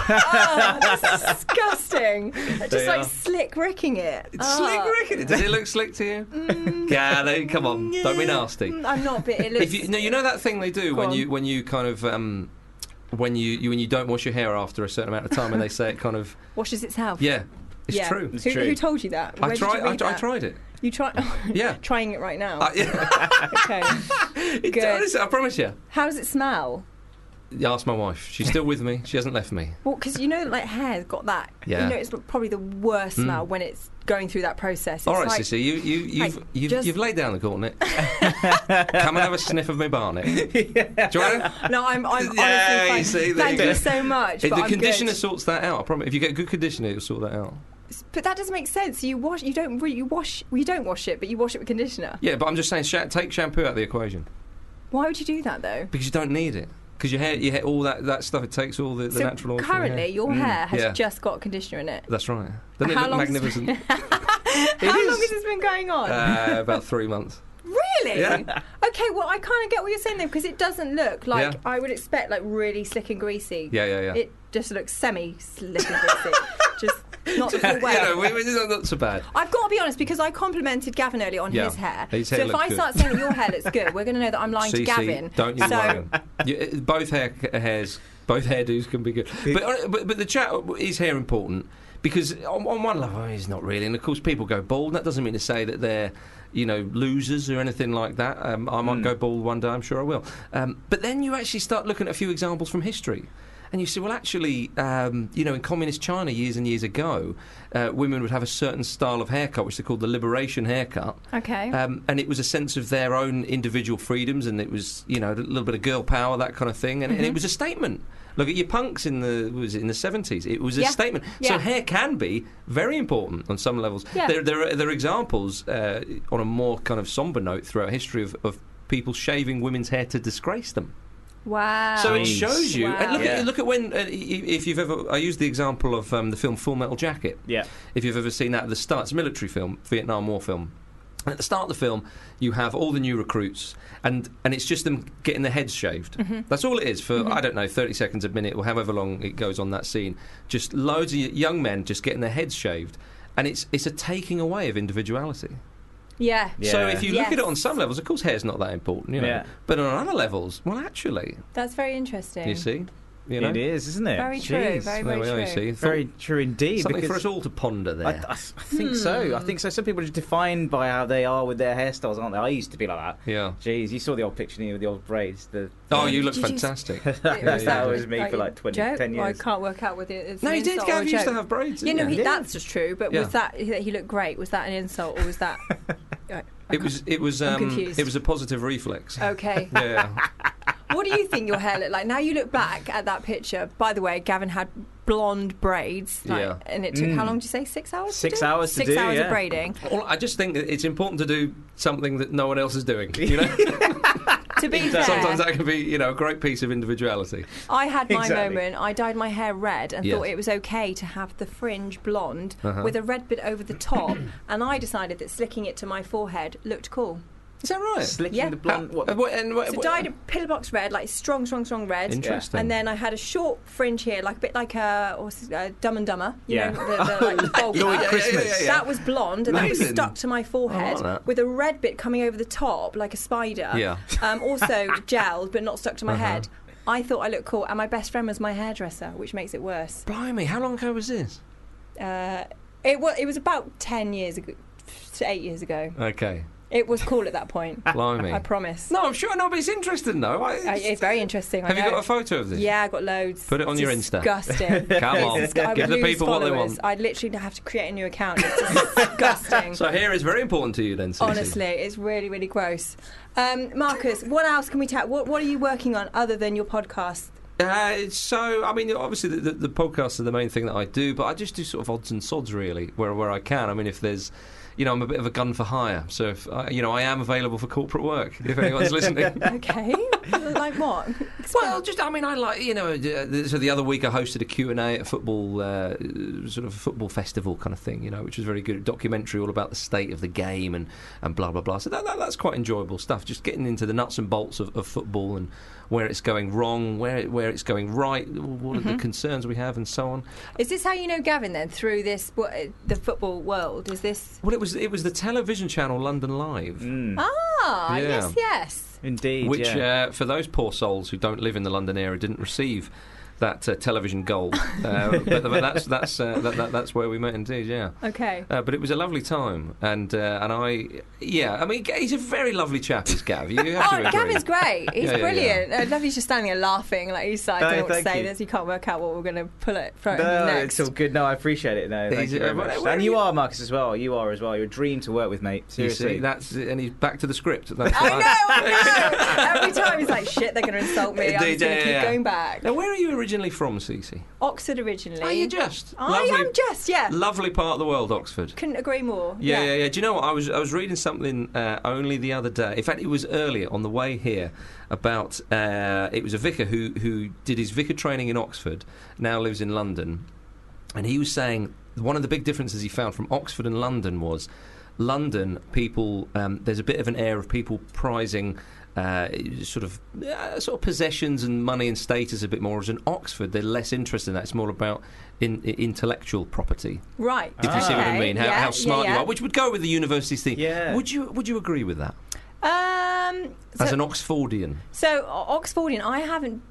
oh, that's disgusting. Just They like are. slick ricking it. Oh. Slick Rick. Does it look slick to you? yeah, they, come on. Don't be nasty. Mm, I'm not, but it looks. If you, no, you know that thing they do Go when on. you when you kind of um, when you, you when you don't wash your hair after a certain amount of time, and they say it kind of washes itself. yeah, it's Yeah. true. who, who told you that? I Where tried. Did you I, read I that? tried it. You try. Yeah. trying it right now. I, yeah, okay. Good. honestly, I promise you. How does it smell? You Ask my wife. She's still with me. She hasn't left me. Well, because you know, like hair's got that. Yeah. You know, it's probably the worst Mm. smell when it's going through that process. It's All right, like, Sissy, you, you, you've, like, you've, just- you've laid down the gauntlet. Come and have a sniff of my barnet. Do you want to? No, I'm. I'm Yeah, honestly fine. you see, there Thank you you, go. so much. If but the I'm conditioner good. sorts that out, I promise. If you get good conditioner, it'll sort that out. But that doesn't make sense. You wash. You don't. You wash. well, You don't wash it, but you wash it with conditioner. Yeah, but I'm just saying, sha take shampoo out of the equation Why would you do that though? because you don't need it. Because your hair, your hair, all that, that stuff, it takes all the, the so natural oil from currently, your Mm. hair has Yeah. just got conditioner in it. That's right. Doesn't How it look long has- magnificent? How long has this been going on? uh, about three months. really? Yeah. Okay. Well, I kind of get what you're saying though, because it doesn't look like Yeah. I would expect, like really slick and greasy. Yeah, yeah, yeah. It just looks semi slick and greasy. just not the full you way. know, we, we, it's not so bad. I've got to be honest because I complimented Gavin earlier on Yeah. his hair. His so hair if looked I good. start saying that your hair looks good, we're going to know that I'm lying to CC, Gavin. Don't you so, worry. You- it- both hair hairs, both hairdos can be good. But, uh, but but the chat is hair important because on, on one level oh, it's not really, and of course people go bald. That doesn't mean to say that they're you know losers or anything like that. Um, I might go bald one day. I'm sure I will. Um, but then you actually start looking at a few examples from history. And you see, well, actually, um, you know, in communist China years and years ago, uh, women would have a certain style of haircut, which they called the liberation haircut. Okay. Um, and it was a sense of their own individual freedoms, and it was you know a little bit of girl power, that kind of thing, and, and it Mhm. was a statement. Look at your punks in the was it in the seventies. It was a Yeah. statement. Yeah. So hair can be very important on some levels. Yeah. There, there, are, there are examples uh, on a more kind of somber note throughout history of, of people shaving women's hair to disgrace them. wow. So it shows you. And look, Wow. at, look at when, uh, i- if you've ever, I use the example of um, the film Full Metal Jacket. Yeah. If you've ever seen that at the start, it's a military film, Vietnam War film. And at the start of the film, you have all the new recruits, and, and it's just them getting their heads shaved. Mhm. That's all it is for, I don't know, 30 seconds, a minute, or however long it goes on that scene. Just loads of y- young men just getting their heads shaved. And it's, it's a taking away of individuality. Yeah. So if you look Yes. at it on some levels, of course, hair's not that important, you know. Yeah. But on other levels, well, actually, That's very interesting. you see? You know? It is, isn't it? Very true, very, very there we are, you true. see. Very true indeed. Something for because- us all to ponder there. I, I, I think so. I think so. Some people are just defined by how they are with their hairstyles, aren't they? I used to be like that. Yeah. Jeez, you saw the old picture of me with the old braids. The, Oh, you look Did you- fantastic. Yeah, that yeah. was me for like 20, joke? 10 Well, I years. can't work out whether it's No, an he did, insult Gav, or a he used to joke. have braids, Yeah, no, didn't he, he? that's just true. But Yeah. was that that he looked great? Was that an insult or was that? It was it was I'm um, confused. it was a positive oh, reflex. Okay. yeah. What do you think your hair looked like? Now you look back at that picture. By the way, Gavin had blonde braids. like, Yeah. And it took how Mm. long? Did you say six hours? to Six do? hours to Six do, hours yeah. of braiding. Well, I just think that it's important to do something that no one else is doing. You know, To be fair, sometimes that can be you know a great piece of individuality. I had my Exactly. moment. I dyed my hair red and Yes. thought it was okay to have the fringe blonde Uh-huh. with a red bit over the top. and I decided that slicking it to my forehead looked cool. Is that right? Slicking Yeah. the blonde. What, and what, so dyed a pillar box red, like strong, strong, strong red. Interesting. And then I had a short fringe here, like a bit like a, what's it, uh Dumb and Dumber. You Yeah. Know, the, the, like, the bowl Lloyd cut. Christmas. Yeah, yeah, yeah. That was blonde, and that was Amazing. stuck to my I forehead like that. with a red bit coming over the top, like a spider. Yeah. Um, also gelled, but not stuck to my Uh-huh. head. I thought I looked cool, and my best friend was my hairdresser, which makes it worse. Blimey, how long ago was this? Uh-huh. Uh, it was it was about ten years ago, eight years ago. Okay. It was cool at that point. Ah. Blimey. I promise. No, I'm sure nobody's interested though. I- I- Uh, it's very interesting. I Have you know. got a photo of this? Yeah, I got loads. Put it on your Insta. Disgusting. Come It's on. disgu- I would Give the lose people what they followers. want. I'd literally have to create a new account. It's So here is very important to you then, Susie. Honestly, it's really, really gross. Um, Marcus, what else can we tap? What, what are you working on other than your podcast? Uh, it's so, I mean, obviously the, the, the podcasts are the main thing that I do, but I just do sort of odds and sods really, where where I can. I mean, if there's, you know, I'm a bit of a gun for hire, so if I, you know, I am available for corporate work if anyone's listening. okay. Like what? Well, just I mean, I like you know. uh, So the other week I hosted a Q and A at a football uh, sort of football festival kind of thing, you know, which was very good. A documentary all about the state of the game and, and blah blah blah. So that, that, that's quite enjoyable stuff. Just getting into the nuts and bolts of, of football and where it's going wrong, where it, where it's going right, what are the Mhm. concerns we have, and so on. Is this how you know Gavin then? Through this, what, uh, the football world? Is this? Well, it was it was the television channel London Live. Ah, Yeah. yes, yes. Mm, Indeed. which yeah. uh, for those poor souls who don't live in the London area didn't receive that uh, television gold. Uh, but, but that's that's uh, that, that, that's where we met, indeed. Yeah. Okay. Uh, but it was a lovely time, and uh, and I, yeah, I mean, he's a very lovely chap, is Gav. You have to Oh, agree. Gavin's great. He's Yeah, yeah, brilliant. I love you just standing there laughing like he's like, I don't Thank- know what to thank say. you. This you can't work out what we're going to pull it from no, next. it's all good. No, I appreciate it. No, thank He's- you very uh, where- much. where and you are, Marcus, as well. You are as well. You're a dream to work with, mate. You see, Seriously. that's and he's back to the script. That's I what know, I know. Every time he's like, shit, they're going to insult me. I'm Indeed, just going to yeah, keep yeah. going back. Now, where are you originally from, Cece? Oxford originally. Are you just? I Lovely. am just, yeah. Lovely part of the world, Oxford. Couldn't agree more. Yeah, yeah, yeah. Do you know what? I was I was reading something uh, only the other day. In fact, it was earlier on the way here about uh, it was a vicar who who did his vicar training in Oxford, now lives in London, and he was saying one of the big differences he found from Oxford and London was London people. Um, there's a bit of an air of people prizing. Uh, sort of, uh, sort of possessions and money and status a bit more. As in Oxford, they're less interested in that. It's more about in, i- intellectual property. Right. If you see what I Okay, mean, how, yeah, how smart yeah, you yeah. are, which would go with the university's thing. Yeah. Would you Would you agree with that Um, so, as an Oxfordian? so O- Oxfordian, I haven't.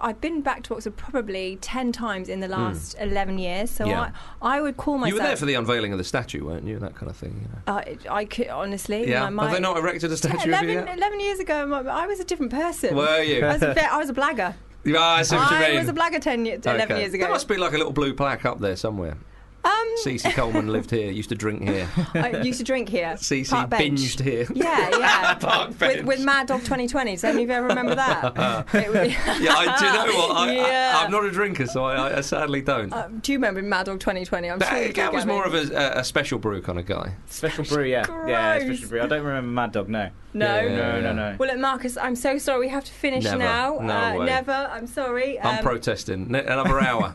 I've been back to Oxford probably ten times in the last eleven years. So Hmm. Yeah. I, I would call myself. You were there for the unveiling of the statue, weren't you? That kind of thing. You know. Uh, I could honestly. Yeah. my mind- Have they not erected a statue of you 11, yet? 11 years ago, my- I was a different person. Were you? I was a, fa- I was a blagger. Ah, I see what you mean. was a blagger 10 ye- 11 Okay. years ago. There must be like a little blue plaque up there somewhere. Um, Cece Coleman lived here, used to drink here. I used to drink here. Cece Park bench. binged here. Yeah, yeah. Park with, with Mad Dog 2020. Does anyone ever remember that? yeah, I do you know what. I, Yeah. I, I'm not a drinker, so I, I, I sadly don't. Uh, do you remember Mad Dog 2020? I'm sure you that, do, that was Gavin. more of a, a special brew kind of guy. Special brew, yeah. Yeah, Gross. special brew. I don't remember Mad Dog, no. No. No, no, no. Well, look, Marcus, I'm so sorry. We have to finish Never. now. No uh, way. Never. I'm sorry. Um, I'm protesting. Ne- Another hour.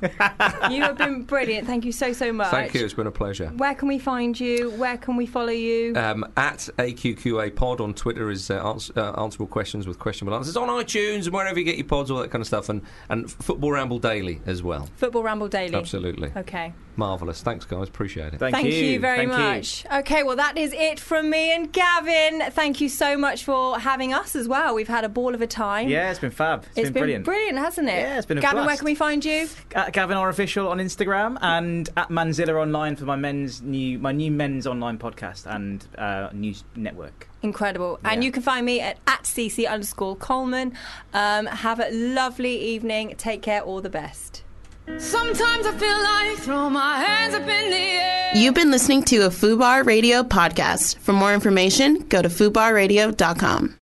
you have been brilliant. Thank you so, so much. Thank you. It's been a pleasure. Where can we find you? Where can we follow you? Um, at AQQA Pod on Twitter is uh, ans- uh, answerable questions with questionable answers on iTunes and wherever you get your pods, all that kind of stuff, and and Football Ramble Daily as well. Football Ramble Daily. Absolutely. Okay. Marvelous. Thanks, guys. Appreciate it. very much. Okay, well, that is it from me and Gavin. Thank you so much for having us as well. We've had a ball of a time. Yeah, it's been fab. it's been, brilliant. hasn't it? Yeah, it's been a Gavin, where blast. can we find you? At Gavin R official on Instagram and at Manzilla online for my men's new my new men's online podcast and uh, news network. Incredible. And you can find me at, at CC underscore Coleman. Um, have a lovely evening. Take care. All the best. Sometimes I feel like throw my hands up in the air. You've been listening to a FUBAR Radio podcast. For more information, go to FUBARradio.com.